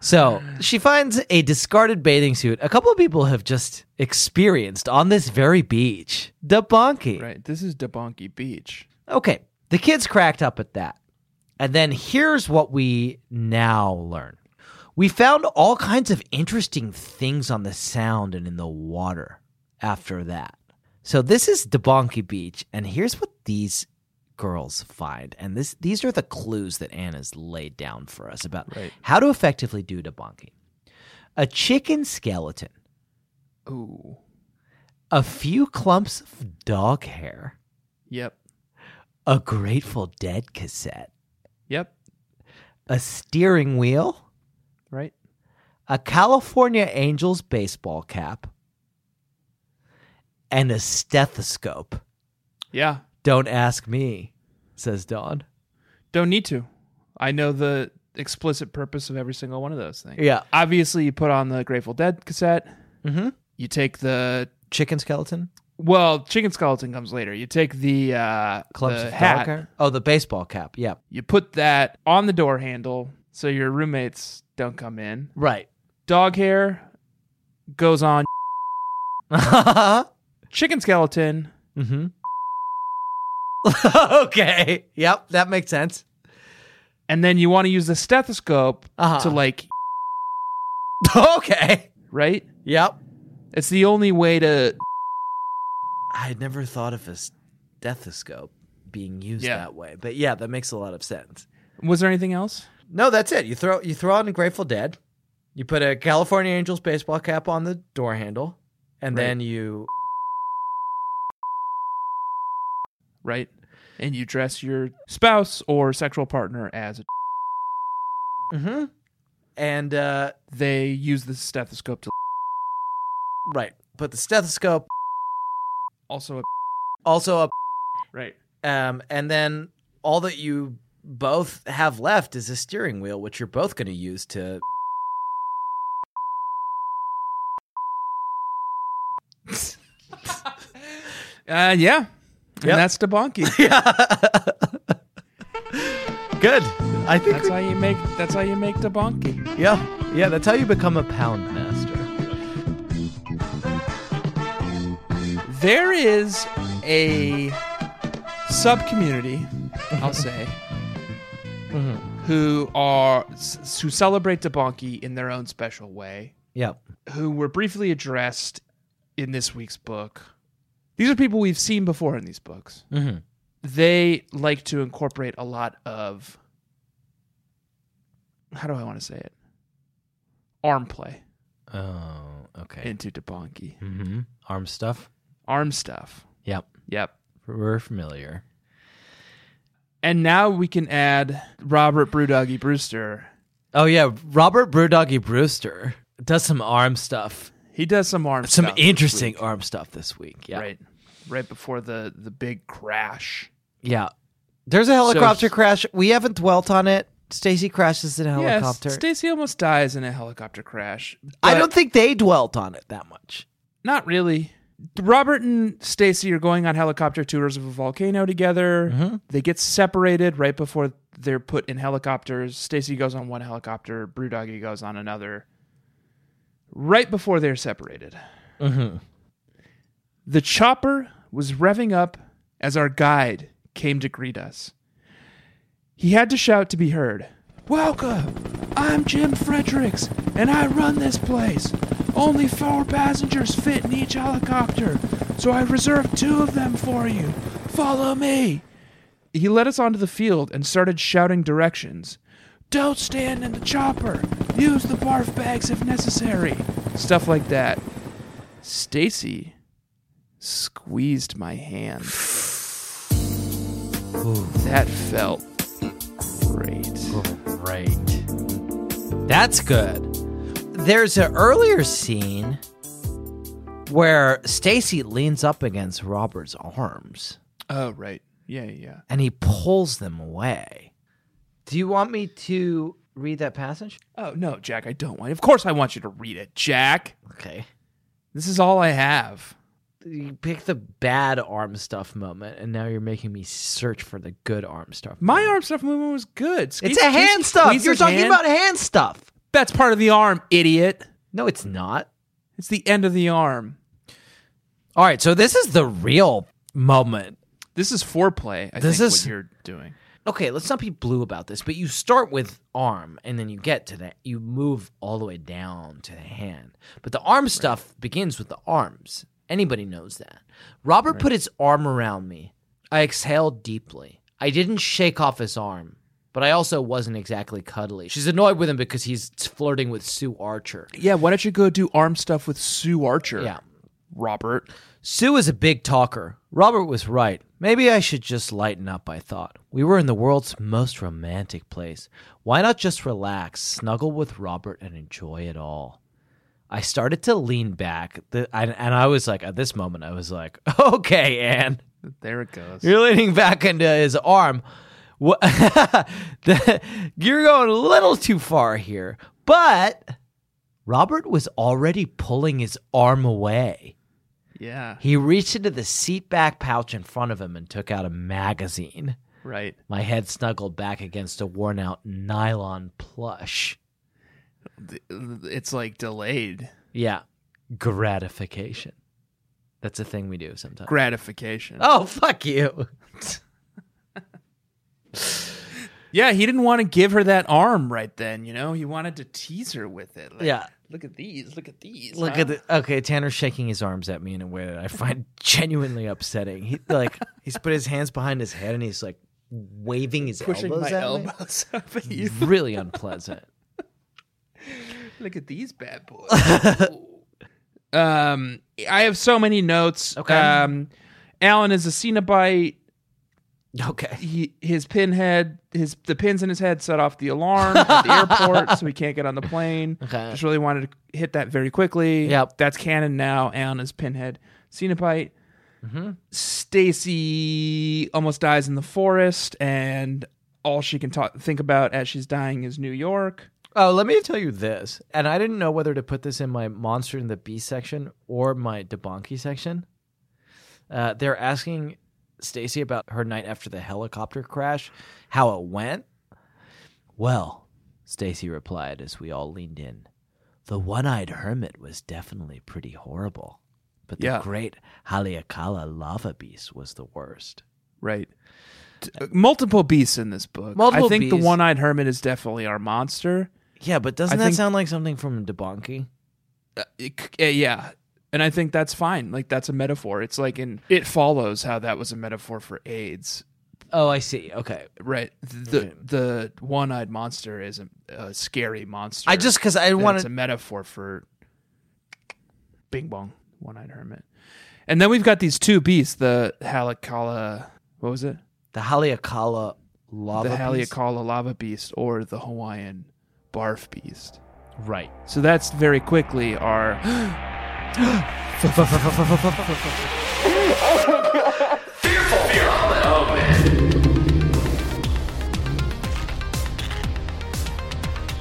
[SPEAKER 2] so she finds a discarded bathing suit. A couple of people have just experienced on this very beach. Debonky.
[SPEAKER 4] Right. This is Debonky Beach.
[SPEAKER 2] Okay. The kids cracked up at that. And then here's what we now learn we found all kinds of interesting things on the sound and in the water after that. So this is Debonky Beach, and here's what these girls find. And this these are the clues that Anna's laid down for us about
[SPEAKER 4] Right.
[SPEAKER 2] how to effectively do debonking. A chicken skeleton,
[SPEAKER 4] Ooh.
[SPEAKER 2] a few clumps of dog hair,
[SPEAKER 4] Yep.
[SPEAKER 2] a Grateful Dead cassette.
[SPEAKER 4] Yep.
[SPEAKER 2] a steering wheel,
[SPEAKER 4] Right.
[SPEAKER 2] a California Angels baseball cap, and a stethoscope.
[SPEAKER 4] Yeah.
[SPEAKER 2] Don't ask me, says Don.
[SPEAKER 4] Don't need to. I know the explicit purpose of every single one of those things.
[SPEAKER 2] Yeah.
[SPEAKER 4] Obviously, you put on the Grateful Dead cassette. You take the
[SPEAKER 2] Chicken skeleton?
[SPEAKER 4] well, chicken skeleton comes later. You take the uh,
[SPEAKER 2] Clubs
[SPEAKER 4] the
[SPEAKER 2] of
[SPEAKER 4] hat.
[SPEAKER 2] Dogger? Oh, the baseball cap. Yeah.
[SPEAKER 4] You put that on the door handle so your roommates don't come in.
[SPEAKER 2] Right.
[SPEAKER 4] Dog hair goes on.
[SPEAKER 2] Mm-hmm.
[SPEAKER 4] Chicken skeleton
[SPEAKER 2] okay. Yep. That makes sense.
[SPEAKER 4] and then you want to use the stethoscope
[SPEAKER 2] Uh-huh.
[SPEAKER 4] to like
[SPEAKER 2] okay.
[SPEAKER 4] right
[SPEAKER 2] Yep.
[SPEAKER 4] it's the only way to
[SPEAKER 2] I had never thought of a stethoscope being used
[SPEAKER 4] Yeah.
[SPEAKER 2] that way, but yeah, that makes a lot of sense.
[SPEAKER 4] was there anything else
[SPEAKER 2] No, that's it. You throw you throw on Grateful Dead. You put a California Angels baseball cap on the door handle, and
[SPEAKER 4] Right.
[SPEAKER 2] then you
[SPEAKER 4] right and you dress your spouse or sexual partner as a
[SPEAKER 2] mm-hmm. and uh,
[SPEAKER 4] they use the stethoscope to
[SPEAKER 2] right put the stethoscope
[SPEAKER 4] also a
[SPEAKER 2] also up,
[SPEAKER 4] right
[SPEAKER 2] um, and then all that you both have left is a steering wheel, which you're both going to use to.
[SPEAKER 4] uh yeah and
[SPEAKER 2] Yep.
[SPEAKER 4] that's debonky
[SPEAKER 2] Good. I think
[SPEAKER 4] that's how you make that's how you make debonky
[SPEAKER 2] Yeah, yeah, that's how you become a pound master.
[SPEAKER 4] there is a sub community i'll say who are s- who celebrate debonky in their own special way
[SPEAKER 2] Yeah.
[SPEAKER 4] who were briefly addressed in this week's book. These are people we've seen before in these books.
[SPEAKER 2] Mhm.
[SPEAKER 4] They like to incorporate a lot of how do I want to say it? Arm play
[SPEAKER 2] Oh, okay.
[SPEAKER 4] into debonky.
[SPEAKER 2] Mm-hmm. Arm stuff.
[SPEAKER 4] Arm stuff.
[SPEAKER 2] Yep,
[SPEAKER 4] Yep.
[SPEAKER 2] we're familiar.
[SPEAKER 4] And now we can add Robert Brewdoggy Brewster.
[SPEAKER 2] Oh yeah, Robert Brewdoggy Brewster does some arm stuff.
[SPEAKER 4] He does some arm
[SPEAKER 2] Some
[SPEAKER 4] stuff this
[SPEAKER 2] interesting
[SPEAKER 4] week.
[SPEAKER 2] arm stuff this week. Yeah,
[SPEAKER 4] right. Right before the the big crash.
[SPEAKER 2] yeah. There's a helicopter
[SPEAKER 4] So-
[SPEAKER 2] crash. We haven't dwelt on it. Stacy crashes in a helicopter.
[SPEAKER 4] Yes, Stacy almost dies in a helicopter crash.
[SPEAKER 2] I
[SPEAKER 4] but-
[SPEAKER 2] don't think they dwelt on it that much.
[SPEAKER 4] Not really. Robert and Stacy are going on helicopter tours of a volcano together. They get separated right before they're put in helicopters. Stacy goes on one helicopter, Brewdoggy goes on another. Right before they're separated. The chopper was revving up as our guide came to greet us. He had to shout to be heard. Welcome! I'm Jim Fredericks, and I run this place. Only four passengers fit in each helicopter, so I reserved two of them for you. Follow me! He led us onto the field and started shouting directions. Don't stand in the chopper! Use the barf bags if necessary! Stuff like that. Stacy squeezed my hand. That felt great.
[SPEAKER 2] Right. That's good. There's an earlier scene where Stacy leans up against Robert's arms
[SPEAKER 4] Oh, right. Yeah, yeah, yeah.
[SPEAKER 2] and he pulls them away. Do you want me to read that passage?
[SPEAKER 4] Oh, no, Jack, I don't want Of course I want you to read it, Jack.
[SPEAKER 2] Okay.
[SPEAKER 4] This is all I have.
[SPEAKER 2] You picked the bad arm stuff moment, and now you're making me search for the good arm stuff.
[SPEAKER 4] My arm stuff movement was good. Squeeze-
[SPEAKER 2] it's a hand
[SPEAKER 4] squeeze-
[SPEAKER 2] stuff.
[SPEAKER 4] squeeze
[SPEAKER 2] You're
[SPEAKER 4] his
[SPEAKER 2] talking
[SPEAKER 4] hand.
[SPEAKER 2] about hand stuff.
[SPEAKER 4] That's part of the arm, idiot.
[SPEAKER 2] No, it's not.
[SPEAKER 4] It's the end of the arm.
[SPEAKER 2] All right, so this is the real moment
[SPEAKER 4] This is foreplay, I
[SPEAKER 2] This
[SPEAKER 4] think,
[SPEAKER 2] is-
[SPEAKER 4] what you're doing.
[SPEAKER 2] okay, let's not be blue about this, but you start with arm and then you get to that. You move all the way down to the hand. But the arm stuff begins with the arms. Anybody knows that. Robert put his arm around me. I exhaled deeply. I didn't shake off his arm, but I also wasn't exactly cuddly. She's annoyed with him because he's flirting with Sue Archer.
[SPEAKER 4] Yeah, why don't you go do arm stuff with Sue Archer?
[SPEAKER 2] Yeah.
[SPEAKER 4] Robert.
[SPEAKER 2] Sue is a big talker. Robert was right. Maybe I should just lighten up, I thought. We were in the world's most romantic place. Why not just relax, snuggle with Robert, and enjoy it all? I started to lean back, the, and, and I was like, at this moment, I was like, okay, Anne,
[SPEAKER 4] There it goes.
[SPEAKER 2] you're leaning back into his arm. Wha- the, you're going a little too far here, but Robert was already pulling his arm away.
[SPEAKER 4] Yeah.
[SPEAKER 2] He reached into the seat back pouch in front of him and took out a magazine.
[SPEAKER 4] Right.
[SPEAKER 2] My head snuggled back against a worn out nylon plush.
[SPEAKER 4] Th- It's like delayed
[SPEAKER 2] Yeah. Gratification. That's a thing we do sometimes.
[SPEAKER 4] gratification.
[SPEAKER 2] oh, fuck you.
[SPEAKER 4] Yeah, he didn't want to give her that arm right then, you know? He wanted to tease her with it. Like,
[SPEAKER 2] Yeah.
[SPEAKER 4] Look at these. Look at these.
[SPEAKER 2] Look at the okay. Tanner's shaking his arms at me in a way that I find genuinely upsetting. He like he's put his hands behind his head and he's like waving his
[SPEAKER 4] pushing
[SPEAKER 2] elbows
[SPEAKER 4] my
[SPEAKER 2] at
[SPEAKER 4] elbows up at
[SPEAKER 2] me.
[SPEAKER 4] you.
[SPEAKER 2] really unpleasant.
[SPEAKER 4] Look at these bad boys. Ooh. um, I have so many notes.
[SPEAKER 2] Okay.
[SPEAKER 4] Um, Alan is a Cenobite.
[SPEAKER 2] Okay.
[SPEAKER 4] He his pinhead, his the pins in his head set off the alarm at the airport, so he can't get on the plane.
[SPEAKER 2] Okay.
[SPEAKER 4] Just really wanted to hit that very quickly.
[SPEAKER 2] Yep.
[SPEAKER 4] That's canon now. Alan is pinhead, Cenobite.
[SPEAKER 2] Mm-hmm.
[SPEAKER 4] Stacy almost dies in the forest, and all she can ta- think about as she's dying is New York.
[SPEAKER 2] Oh, let me tell you this. And I didn't know whether to put this in my monster in the beast section or my debonky section. Uh, they're asking Stacy about her night after the helicopter crash, how it went. Well, Stacy replied as we all leaned in. The one-eyed hermit was definitely pretty horrible, but the
[SPEAKER 4] Yeah.
[SPEAKER 2] great Haleakala lava beast was the worst.
[SPEAKER 4] Right. T- Multiple beasts in this book.
[SPEAKER 2] Multiple
[SPEAKER 4] I think the
[SPEAKER 2] beasts.
[SPEAKER 4] one-eyed hermit is definitely our monster.
[SPEAKER 2] Yeah, but doesn't
[SPEAKER 4] I
[SPEAKER 2] that
[SPEAKER 4] think-
[SPEAKER 2] sound like something from debonky?
[SPEAKER 4] Uh, it c- uh, yeah, and I think that's fine. Like that's a metaphor. It's like in it follows how that was a metaphor for AIDS.
[SPEAKER 2] Oh, I see. Okay.
[SPEAKER 4] Right. The the one-eyed monster is a, a scary monster.
[SPEAKER 2] I just cuz I
[SPEAKER 4] And
[SPEAKER 2] wanted
[SPEAKER 4] it's a metaphor for Bing Bong, one-eyed hermit. And then we've got these two beasts, the Halakala. What was it?
[SPEAKER 2] The Haleakala lava.
[SPEAKER 4] the
[SPEAKER 2] beast?
[SPEAKER 4] Haleakala lava beast or the Hawaiian barf beast.
[SPEAKER 2] Right.
[SPEAKER 4] So that's very quickly our.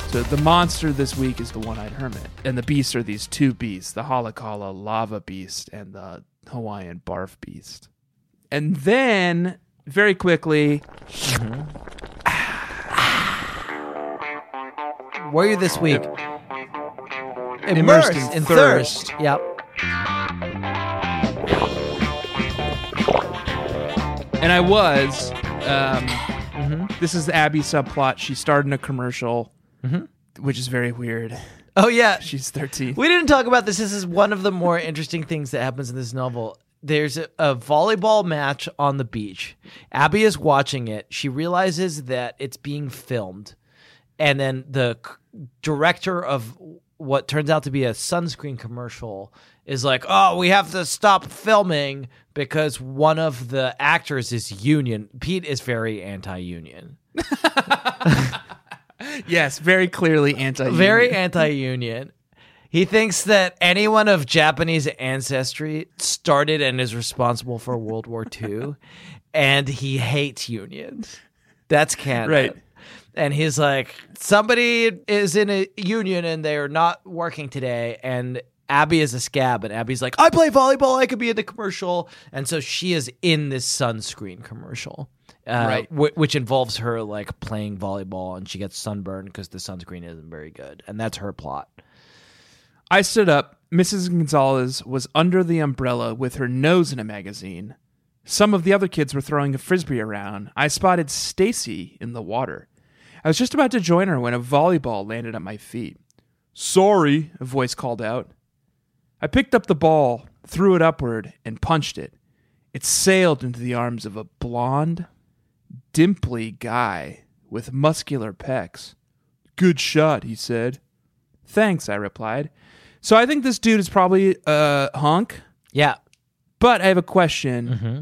[SPEAKER 4] So the monster this week is the one-eyed hermit, and the beasts are these two beasts: the Halakala lava beast and the Hawaiian barf beast. And then, very quickly,
[SPEAKER 2] Were you this week?
[SPEAKER 4] Immersed in thirst.
[SPEAKER 2] Yep.
[SPEAKER 4] and I was. Um, This is the Abby subplot. She starred in a commercial, which is very weird.
[SPEAKER 2] Oh yeah.
[SPEAKER 4] She's thirteen.
[SPEAKER 2] We didn't talk about this. This is one of the more interesting things that happens in this novel. There's a, a volleyball match on the beach. Abby is watching it. She realizes that it's being filmed, and then the c- director of what turns out to be a sunscreen commercial is like, "Oh, we have to stop filming because one of the actors is union." Pete is very anti-union.
[SPEAKER 4] Yes, very clearly anti.
[SPEAKER 2] very anti-union. He thinks that anyone of Japanese ancestry started and is responsible for World War II, and he hates unions. That's canon,
[SPEAKER 4] Right.
[SPEAKER 2] And he's like, somebody is in a union and they are not working today, and Abby is a scab, and Abby's like, I play volleyball, I could be in the commercial, and so she is in this sunscreen commercial. Uh,
[SPEAKER 4] Right.
[SPEAKER 2] whi- which involves her like playing volleyball and she gets sunburned because the sunscreen isn't very good, and that's her plot.
[SPEAKER 4] I stood up. Mrs. Gonzalez was under the umbrella with her nose in a magazine. Some of the other kids were throwing a frisbee around. I spotted Stacy in the water. I was just about to join her when a volleyball landed at my feet. Sorry, a voice called out. I picked up the ball, threw it upward, and punched it. It sailed into the arms of a blonde, dimply guy with muscular pecs. Good shot, he said. Thanks, I replied. So I think this dude is probably a hunk,
[SPEAKER 2] Yeah,
[SPEAKER 4] but I have a question.
[SPEAKER 2] Mm-hmm.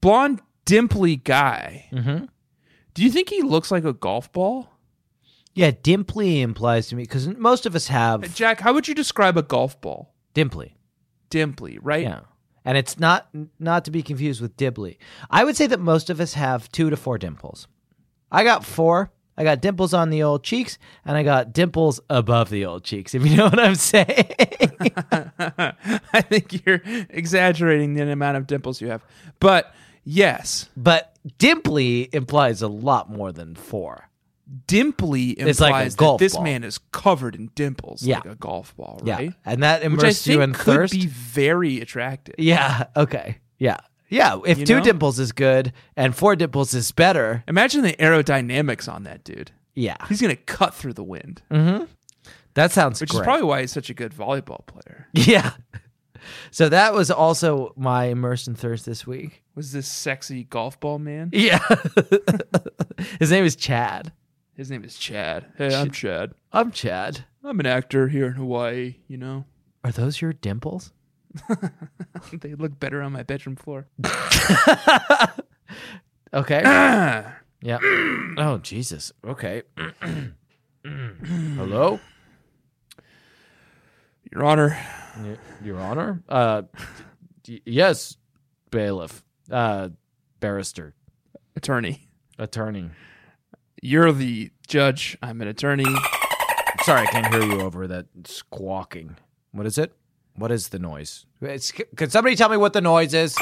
[SPEAKER 4] Blonde, dimply guy.
[SPEAKER 2] Mm-hmm.
[SPEAKER 4] Do you think he looks like a golf ball?
[SPEAKER 2] yeah. Dimply implies to me because most of us have
[SPEAKER 4] Jack, how would you describe a golf ball?
[SPEAKER 2] dimply.
[SPEAKER 4] Dimply, right?
[SPEAKER 2] Yeah. And it's not not to be confused with Dibley. I would say that most of us have two to four dimples. I got four. I got dimples on the old cheeks, and I got dimples above the old cheeks. If you know what I'm saying.
[SPEAKER 4] I think you're exaggerating the amount of dimples you have. But yes,
[SPEAKER 2] but dimply implies a lot more than four.
[SPEAKER 4] dimply implies
[SPEAKER 2] It's like a
[SPEAKER 4] that
[SPEAKER 2] golf
[SPEAKER 4] this
[SPEAKER 2] ball.
[SPEAKER 4] man is covered in dimples
[SPEAKER 2] Yeah.
[SPEAKER 4] like a golf ball,
[SPEAKER 2] Yeah,
[SPEAKER 4] right?
[SPEAKER 2] and that
[SPEAKER 4] Which I
[SPEAKER 2] immerses
[SPEAKER 4] think
[SPEAKER 2] you in
[SPEAKER 4] could
[SPEAKER 2] thirst.
[SPEAKER 4] be very attractive.
[SPEAKER 2] Yeah. Okay. Yeah. Yeah. If two
[SPEAKER 4] know?
[SPEAKER 2] dimples is good and four dimples is better.
[SPEAKER 4] Imagine the aerodynamics on that dude.
[SPEAKER 2] Yeah.
[SPEAKER 4] He's going to cut through the wind,
[SPEAKER 2] That sounds
[SPEAKER 4] which
[SPEAKER 2] great.
[SPEAKER 4] is probably why he's such a good volleyball player.
[SPEAKER 2] yeah. So that was also my immersed in thirst this week.
[SPEAKER 4] Was this sexy golf ball man?
[SPEAKER 2] Yeah. His name is Chad.
[SPEAKER 4] His name is Chad. Hey, I'm Chad.
[SPEAKER 2] I'm Chad.
[SPEAKER 4] I'm an actor here in Hawaii, you know.
[SPEAKER 2] Are those your dimples?
[SPEAKER 4] They look better on my bedroom floor.
[SPEAKER 2] Okay. yeah. Oh Jesus. Okay. Hello,
[SPEAKER 4] Your Honor,
[SPEAKER 2] Y- Your Honor. Uh, d- yes, bailiff, uh, barrister,
[SPEAKER 4] attorney.
[SPEAKER 2] attorney.
[SPEAKER 4] You're the judge. I'm an attorney.
[SPEAKER 2] Sorry, I can't hear you over that squawking. What is it? What is the noise? It's, can somebody tell me what the noise is?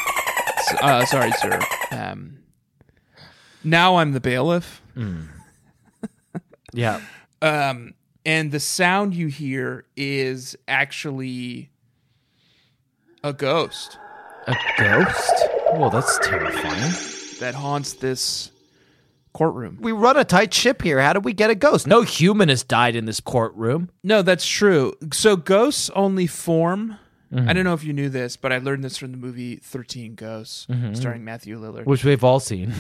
[SPEAKER 4] Uh, sorry, sir. Um, now I'm the bailiff.
[SPEAKER 2] Yeah.
[SPEAKER 4] Um, and the sound you hear is actually a ghost
[SPEAKER 2] A ghost? Well, that's terrifying.
[SPEAKER 4] that haunts this courtroom.
[SPEAKER 2] We run a tight ship here. How did we get a ghost? No human has died in this courtroom.
[SPEAKER 4] No, that's true. So ghosts only form.
[SPEAKER 2] Mm-hmm.
[SPEAKER 4] I don't know if you knew this, but I learned this from the movie 13 Ghosts,
[SPEAKER 2] Mm-hmm.
[SPEAKER 4] starring Matthew Lillard.
[SPEAKER 2] Which we've all seen.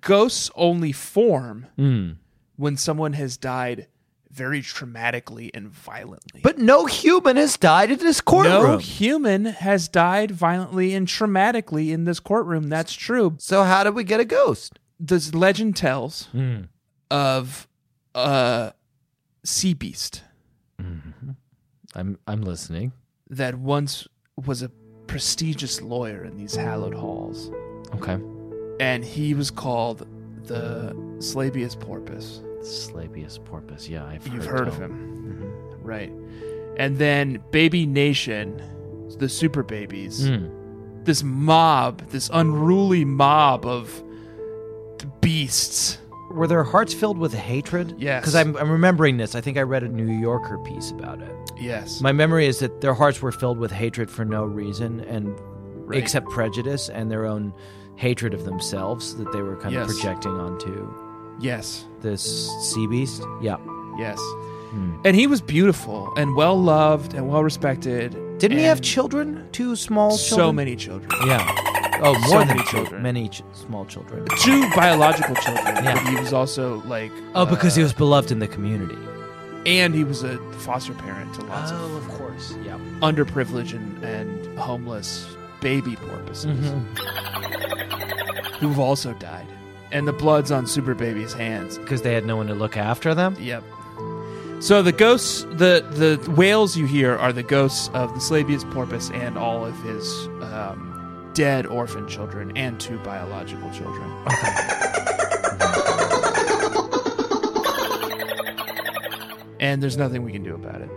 [SPEAKER 4] ghosts only form
[SPEAKER 2] Hmm.
[SPEAKER 4] when someone has died very traumatically and violently.
[SPEAKER 2] But no human has died in this
[SPEAKER 4] no
[SPEAKER 2] courtroom.
[SPEAKER 4] human has died violently and traumatically in this courtroom. That's true.
[SPEAKER 2] So how did we get a ghost?
[SPEAKER 4] This legend tells
[SPEAKER 2] Hmm.
[SPEAKER 4] of a sea beast
[SPEAKER 2] I'm I'm listening.
[SPEAKER 4] that once was a prestigious lawyer in these hallowed halls,
[SPEAKER 2] Okay.
[SPEAKER 4] and he was called the Slabius Porpoise.
[SPEAKER 2] Slabius porpoise. Yeah, I've Mm-hmm.
[SPEAKER 4] You've heard of him. Right. And then Baby Nation, the super babies,
[SPEAKER 2] Hmm.
[SPEAKER 4] this mob, this unruly mob of beasts.
[SPEAKER 2] Were their hearts filled with hatred?
[SPEAKER 4] Yes.
[SPEAKER 2] Because I'm, I'm remembering this. I think I read a New Yorker piece about it.
[SPEAKER 4] Yes.
[SPEAKER 2] My memory is that their hearts were filled with hatred for no reason and except prejudice and their own hatred of themselves that they were kind
[SPEAKER 4] Yes.
[SPEAKER 2] of projecting onto
[SPEAKER 4] yes.
[SPEAKER 2] this sea beast. Yeah.
[SPEAKER 4] Yes.
[SPEAKER 2] Hmm.
[SPEAKER 4] And he was beautiful and well loved and well respected.
[SPEAKER 2] Didn't he have
[SPEAKER 4] and
[SPEAKER 2] children? Two small
[SPEAKER 4] so
[SPEAKER 2] children?
[SPEAKER 4] many children?
[SPEAKER 2] Yeah. Oh, more
[SPEAKER 4] So
[SPEAKER 2] than
[SPEAKER 4] many
[SPEAKER 2] chil-
[SPEAKER 4] children.
[SPEAKER 2] Many ch- small children.
[SPEAKER 4] Two biological children,
[SPEAKER 2] Yeah.
[SPEAKER 4] but he was also like
[SPEAKER 2] Oh, because he
[SPEAKER 4] uh,
[SPEAKER 2] was beloved in the community. Oh,
[SPEAKER 4] and he was a foster parent to lots of
[SPEAKER 2] of course. Yeah.
[SPEAKER 4] underprivileged and, and homeless baby porpoises who've also died. And the blood's on Super Baby's hands.
[SPEAKER 2] Because they had no one to look after them.
[SPEAKER 4] Yep. So the ghosts, the the whales you hear are the ghosts of the Slabius porpoise and all of his um, dead orphan children and two biological children. and there's nothing we can do about it.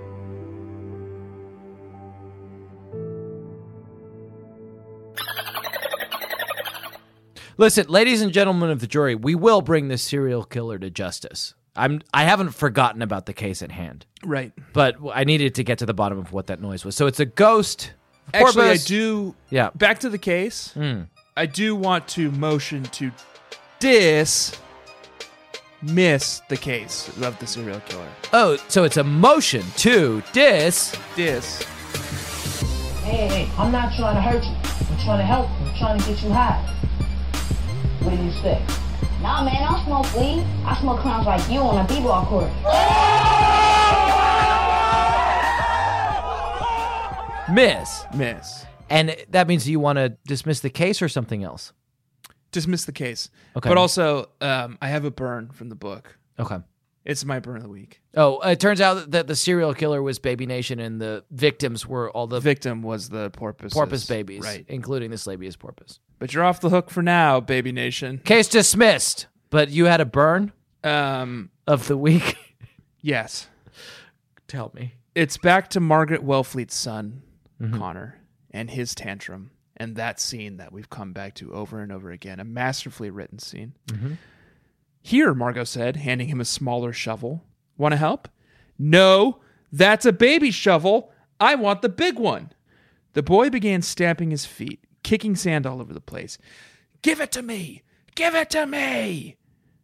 [SPEAKER 2] Listen, ladies and gentlemen of the jury, we will bring this serial killer to justice. I'm I haven't forgotten about the case at hand,
[SPEAKER 4] Right.
[SPEAKER 2] but I needed to get to the bottom of what that noise was. So it's a ghost.
[SPEAKER 4] Actually, I
[SPEAKER 2] porpoise.
[SPEAKER 4] do
[SPEAKER 2] Yeah.
[SPEAKER 4] back to the case.
[SPEAKER 2] Hmm.
[SPEAKER 4] I do want to motion to dis miss the case of the serial killer.
[SPEAKER 2] Oh, so it's a motion to dis.
[SPEAKER 4] Dis.
[SPEAKER 7] Hey, hey, I'm not trying to hurt you. I'm trying to help you. I'm trying to get you high. What do you say?
[SPEAKER 9] Nah, man, I don't smoke weed. I smoke clowns like you on a b-ball court.
[SPEAKER 2] miss,
[SPEAKER 4] Miss.
[SPEAKER 2] and that means you want to dismiss the case or something else.
[SPEAKER 4] Dismiss the case.
[SPEAKER 2] Okay.
[SPEAKER 4] But also, um, I have a burn from the book.
[SPEAKER 2] Okay.
[SPEAKER 4] It's my burn of the week.
[SPEAKER 2] Oh, it turns out that the serial killer was Baby Nation, and the victims were all the
[SPEAKER 4] The victim was the porpoise.
[SPEAKER 2] porpoise babies,
[SPEAKER 4] Right.
[SPEAKER 2] including the Slabius porpoise.
[SPEAKER 4] But you're off the hook for now, baby nation.
[SPEAKER 2] Case dismissed. But you had a burn?
[SPEAKER 4] Um,
[SPEAKER 2] of the week?
[SPEAKER 4] yes.
[SPEAKER 2] Tell me.
[SPEAKER 4] It's back to Margaret Wellfleet's son, Connor, and his tantrum, and that scene that we've come back to over and over again. A masterfully written scene. Here, Margot said, handing him a smaller shovel. Want to help? No, that's a baby shovel. I want the big one. The boy began stamping his feet, kicking sand all over the place. Give it to me! Give it to me!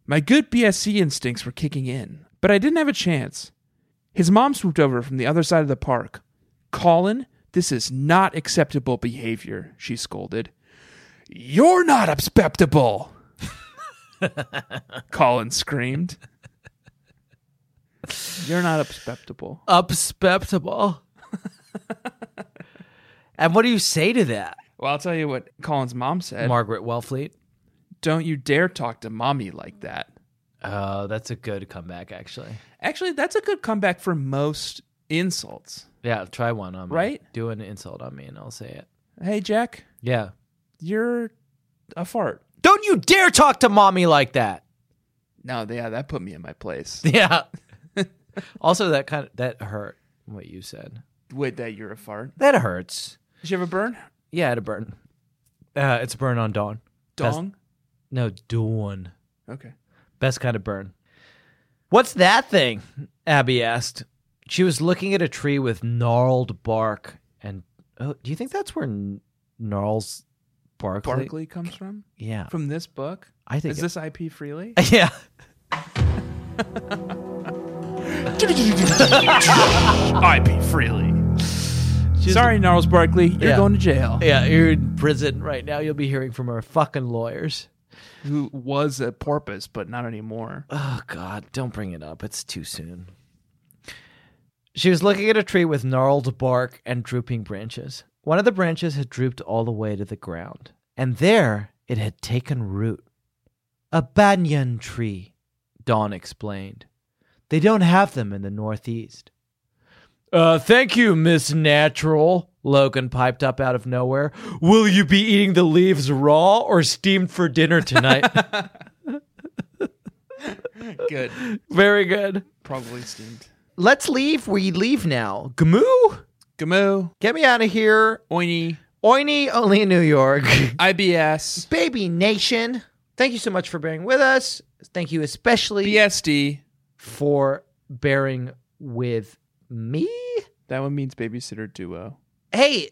[SPEAKER 4] My good BSC instincts were kicking in, but I didn't have a chance. His mom swooped over from the other side of the park. Colin, this is not acceptable behavior, she scolded. You're not acceptable, Colin screamed. You're not acceptable.
[SPEAKER 2] Upspectable. and what do you say to that,
[SPEAKER 4] Well, I'll tell you what Colin's mom said.
[SPEAKER 2] Margaret Wellfleet?
[SPEAKER 4] Don't you dare talk to mommy like that.
[SPEAKER 2] Oh, that's a good comeback, actually.
[SPEAKER 4] Actually, that's a good comeback for most insults.
[SPEAKER 2] Yeah, try one on me.
[SPEAKER 4] Right?
[SPEAKER 2] Do an insult on me and I'll say it.
[SPEAKER 4] Hey, Jack,
[SPEAKER 2] Yeah.
[SPEAKER 4] you're a fart.
[SPEAKER 2] Don't you dare talk to mommy like that.
[SPEAKER 4] No, yeah, that put me in my place.
[SPEAKER 2] Yeah. also that kind of that hurt what you said.
[SPEAKER 4] With that, you're a fart.
[SPEAKER 2] That hurts.
[SPEAKER 4] Did you have a burn?
[SPEAKER 2] Yeah, it a burn. Uh, it's a burn on dawn. That's-
[SPEAKER 4] Dong?
[SPEAKER 2] No, dawn.
[SPEAKER 4] Okay.
[SPEAKER 2] Best kind of burn. What's that thing? Abby asked. She was looking at a tree with gnarled bark and oh, do you think that's where n- gnarls Barkley?
[SPEAKER 4] Barkley comes from?
[SPEAKER 2] Yeah.
[SPEAKER 4] From this book?
[SPEAKER 2] I think
[SPEAKER 4] Is
[SPEAKER 2] it-
[SPEAKER 4] this IP freely?
[SPEAKER 2] yeah.
[SPEAKER 4] IP freely. Sorry, Gnarls Barkley. You're
[SPEAKER 2] Yeah.
[SPEAKER 4] going to jail.
[SPEAKER 2] Yeah, you're in prison right now. You'll be hearing from our fucking lawyers.
[SPEAKER 4] Who was a porpoise, but not anymore.
[SPEAKER 2] Oh God, don't bring it up. It's too soon. She was looking at a tree with gnarled bark and drooping branches. One of the branches had drooped all the way to the ground, and there it had taken root. A banyan tree, Dawn explained. They don't have them in the Northeast. Uh, thank you, Miss Natural, Logan piped up out of nowhere. Will you be eating the leaves raw or steamed for dinner tonight?
[SPEAKER 4] Good.
[SPEAKER 2] Very good.
[SPEAKER 4] Probably steamed.
[SPEAKER 2] let's leave. We leave now. Gamoo,
[SPEAKER 4] Gamoo.
[SPEAKER 2] get me out of here.
[SPEAKER 4] Oiny.
[SPEAKER 2] Oiny, only in New York.
[SPEAKER 4] IBS.
[SPEAKER 2] Baby Nation, thank you so much for bearing with us. Thank you especially
[SPEAKER 4] BSD.
[SPEAKER 2] for bearing with me.
[SPEAKER 4] That one means babysitter duo.
[SPEAKER 2] Hey,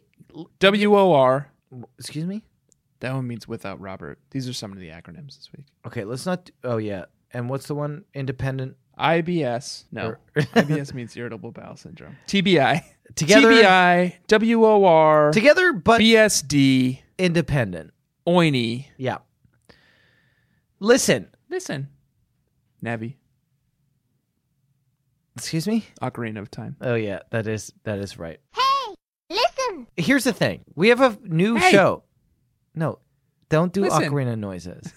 [SPEAKER 4] W O R.
[SPEAKER 2] excuse me.
[SPEAKER 4] That one means without Robert. These are some of the acronyms this week.
[SPEAKER 2] Okay, let's not. Oh yeah, and what's the one? Independent.
[SPEAKER 4] IBS. No. IBS means irritable bowel syndrome. TBI.
[SPEAKER 2] Together-
[SPEAKER 4] TBI. W O R.
[SPEAKER 2] Together, but
[SPEAKER 4] BSD.
[SPEAKER 2] independent.
[SPEAKER 4] Oiny.
[SPEAKER 2] Yeah. Listen.
[SPEAKER 4] Listen. Navi.
[SPEAKER 2] Excuse me.
[SPEAKER 4] Ocarina of Time.
[SPEAKER 2] Oh yeah, that is that is right.
[SPEAKER 9] Hey, listen.
[SPEAKER 2] here's the thing. We have a new
[SPEAKER 4] Hey.
[SPEAKER 2] show. No, don't do
[SPEAKER 4] Listen.
[SPEAKER 2] ocarina noises.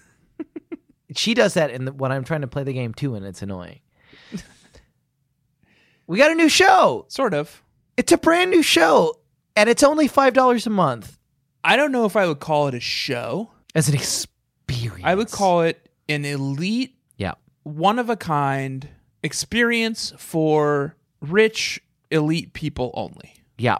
[SPEAKER 2] she does that in the, when I'm trying to play the game too, and it's annoying. we got a new show.
[SPEAKER 4] Sort of.
[SPEAKER 2] It's a brand new show, and it's only five dollars a month
[SPEAKER 4] I don't know if I would call it a show.
[SPEAKER 2] as an experience.
[SPEAKER 4] I would call it an elite,
[SPEAKER 2] yeah,
[SPEAKER 4] one of a kind experience for rich, elite people only.
[SPEAKER 2] yeah,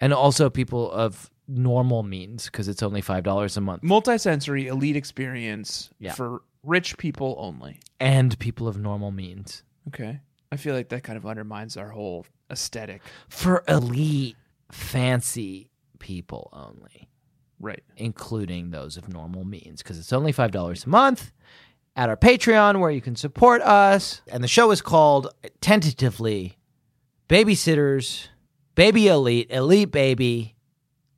[SPEAKER 2] and also people of normal means because it's only five dollars a month,
[SPEAKER 4] Multisensory elite experience
[SPEAKER 2] Yeah.
[SPEAKER 4] for rich people only.
[SPEAKER 2] and people of normal means
[SPEAKER 4] Okay. I feel like that kind of undermines our whole aesthetic.
[SPEAKER 2] for elite, fancy people only.
[SPEAKER 4] Right.
[SPEAKER 2] including those of normal means, because it's only $5 a month at our Patreon where you can support us. And the show is called tentatively Babysitters, Baby Elite, Elite Baby,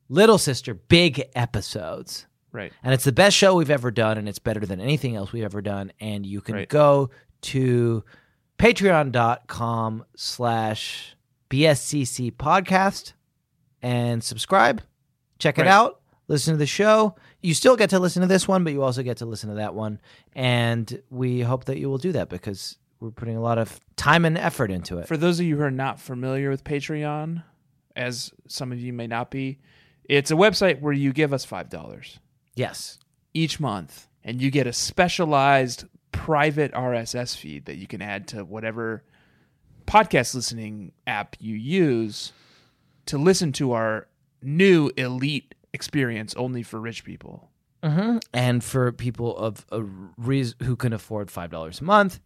[SPEAKER 2] Little Sister, Big Episodes.
[SPEAKER 4] Right.
[SPEAKER 2] And it's the best show we've ever done, and it's better than anything else we've ever done. And you can
[SPEAKER 4] Right.
[SPEAKER 2] go to patreon.com slash BSCC podcast and subscribe. Check
[SPEAKER 4] Right.
[SPEAKER 2] it out. Listen to the show. You still get to listen to this one, but you also get to listen to that one. And we hope that you will do that because we're putting a lot of time and effort into it.
[SPEAKER 4] For those of you who are not familiar with Patreon, as some of you may not be, it's a website where you give us $5
[SPEAKER 2] yes.
[SPEAKER 4] each month and you get a specialized private RSS feed that you can add to whatever podcast listening app you use to listen to our new elite experience only for rich people.
[SPEAKER 2] and for people of a reas who can afford five dollars a month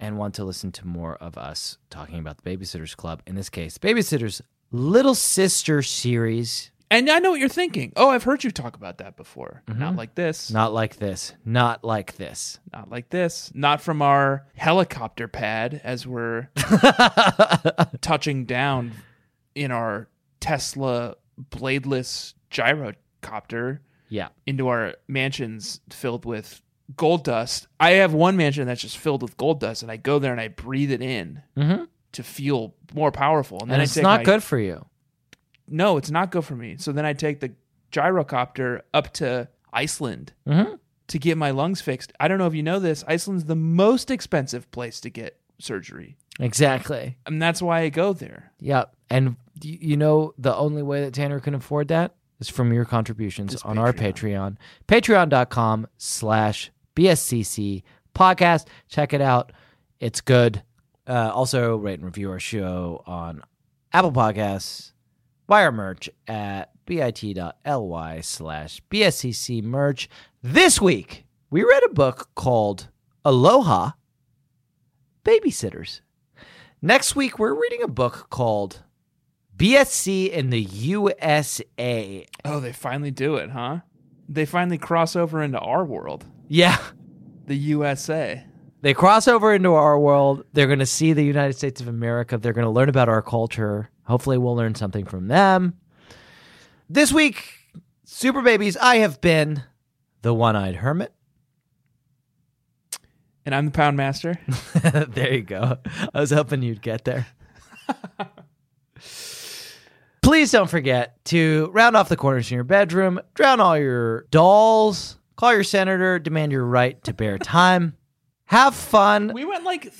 [SPEAKER 2] and want to listen to more of us talking about the Babysitters Club, in this case, Babysitters Little Sister series.
[SPEAKER 4] And I know what you're thinking. Oh, I've heard you talk about that before. Not like this.
[SPEAKER 2] Mm-hmm. Not like this. Not like this.
[SPEAKER 4] Not like this. Not from our helicopter pad as we're touching down in our Tesla bladeless gyrocopter
[SPEAKER 2] Yeah.
[SPEAKER 4] into our mansions filled with gold dust. I have one mansion that's just filled with gold dust, and I go there and I breathe it in to feel more powerful. And then
[SPEAKER 2] And
[SPEAKER 4] I
[SPEAKER 2] it's
[SPEAKER 4] take
[SPEAKER 2] not
[SPEAKER 4] my-
[SPEAKER 2] good for you.
[SPEAKER 4] No, it's not good for me. So then I take the gyrocopter up to Iceland to get my lungs fixed. I don't know if you know this. Iceland's the most expensive place to get surgery,
[SPEAKER 2] Exactly.
[SPEAKER 4] and that's why I go there.
[SPEAKER 2] Yeah. And y- you know the only way that Tanner can afford that is from your contributions on our Patreon. Patreon.com slash BSCC podcast. Check it out. It's good. Uh, also, rate and review our show on Apple Podcasts. Buy our merch at bit.ly slash BSCC merch. This week, we read a book called Aloha Babysitters. Next week, we're reading a book called BSC in the USA.
[SPEAKER 4] Oh, they finally do it, huh? They finally cross over into our world,
[SPEAKER 2] Yeah.
[SPEAKER 4] the USA.
[SPEAKER 2] They cross over into our world. They're going to see the United States of America. They're going to learn about our culture. Hopefully, we'll learn something from them. This week, Super Babies, I have been the one eyed hermit.
[SPEAKER 4] And I'm the Pound Master.
[SPEAKER 2] there you go. I was hoping you'd get there. Please don't forget to round off the corners in your bedroom, drown all your dolls, call your senator, demand your right to bear time. Have fun.
[SPEAKER 4] We went like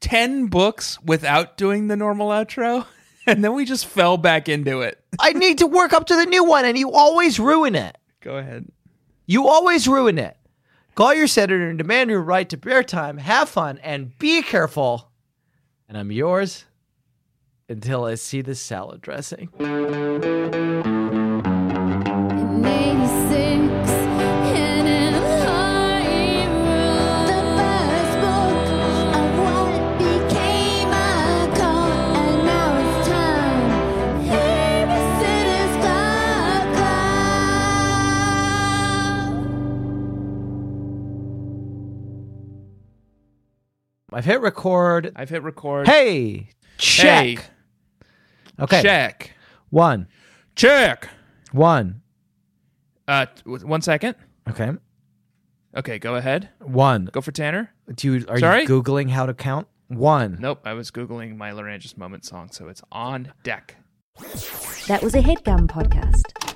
[SPEAKER 4] 10 books without doing the normal outro, and then we just fell back into it.
[SPEAKER 2] I need to work up to the new one, and you always ruin it.
[SPEAKER 4] Go ahead.
[SPEAKER 2] You always ruin it. Call your senator and demand your right to bear time. Have fun and be careful. And I'm yours until I see the salad dressing.
[SPEAKER 10] In 86, and in high road, the first book of what became a cult, and now it's time. Babysitter's Club, club.
[SPEAKER 2] I've hit record.
[SPEAKER 4] I've hit record.
[SPEAKER 2] Hey, check.
[SPEAKER 4] Hey,
[SPEAKER 2] okay.
[SPEAKER 4] check.
[SPEAKER 2] One,
[SPEAKER 4] Check.
[SPEAKER 2] one.
[SPEAKER 4] Uh, t- w- one second.
[SPEAKER 2] Okay.
[SPEAKER 4] Okay, go ahead.
[SPEAKER 2] One.
[SPEAKER 4] Go for Tanner.
[SPEAKER 2] Do you, are
[SPEAKER 4] Sorry?
[SPEAKER 2] you Googling how to count? One.
[SPEAKER 4] Nope, I was Googling my Laryngeus Moment song, so it's on deck.
[SPEAKER 1] That was a headgum podcast.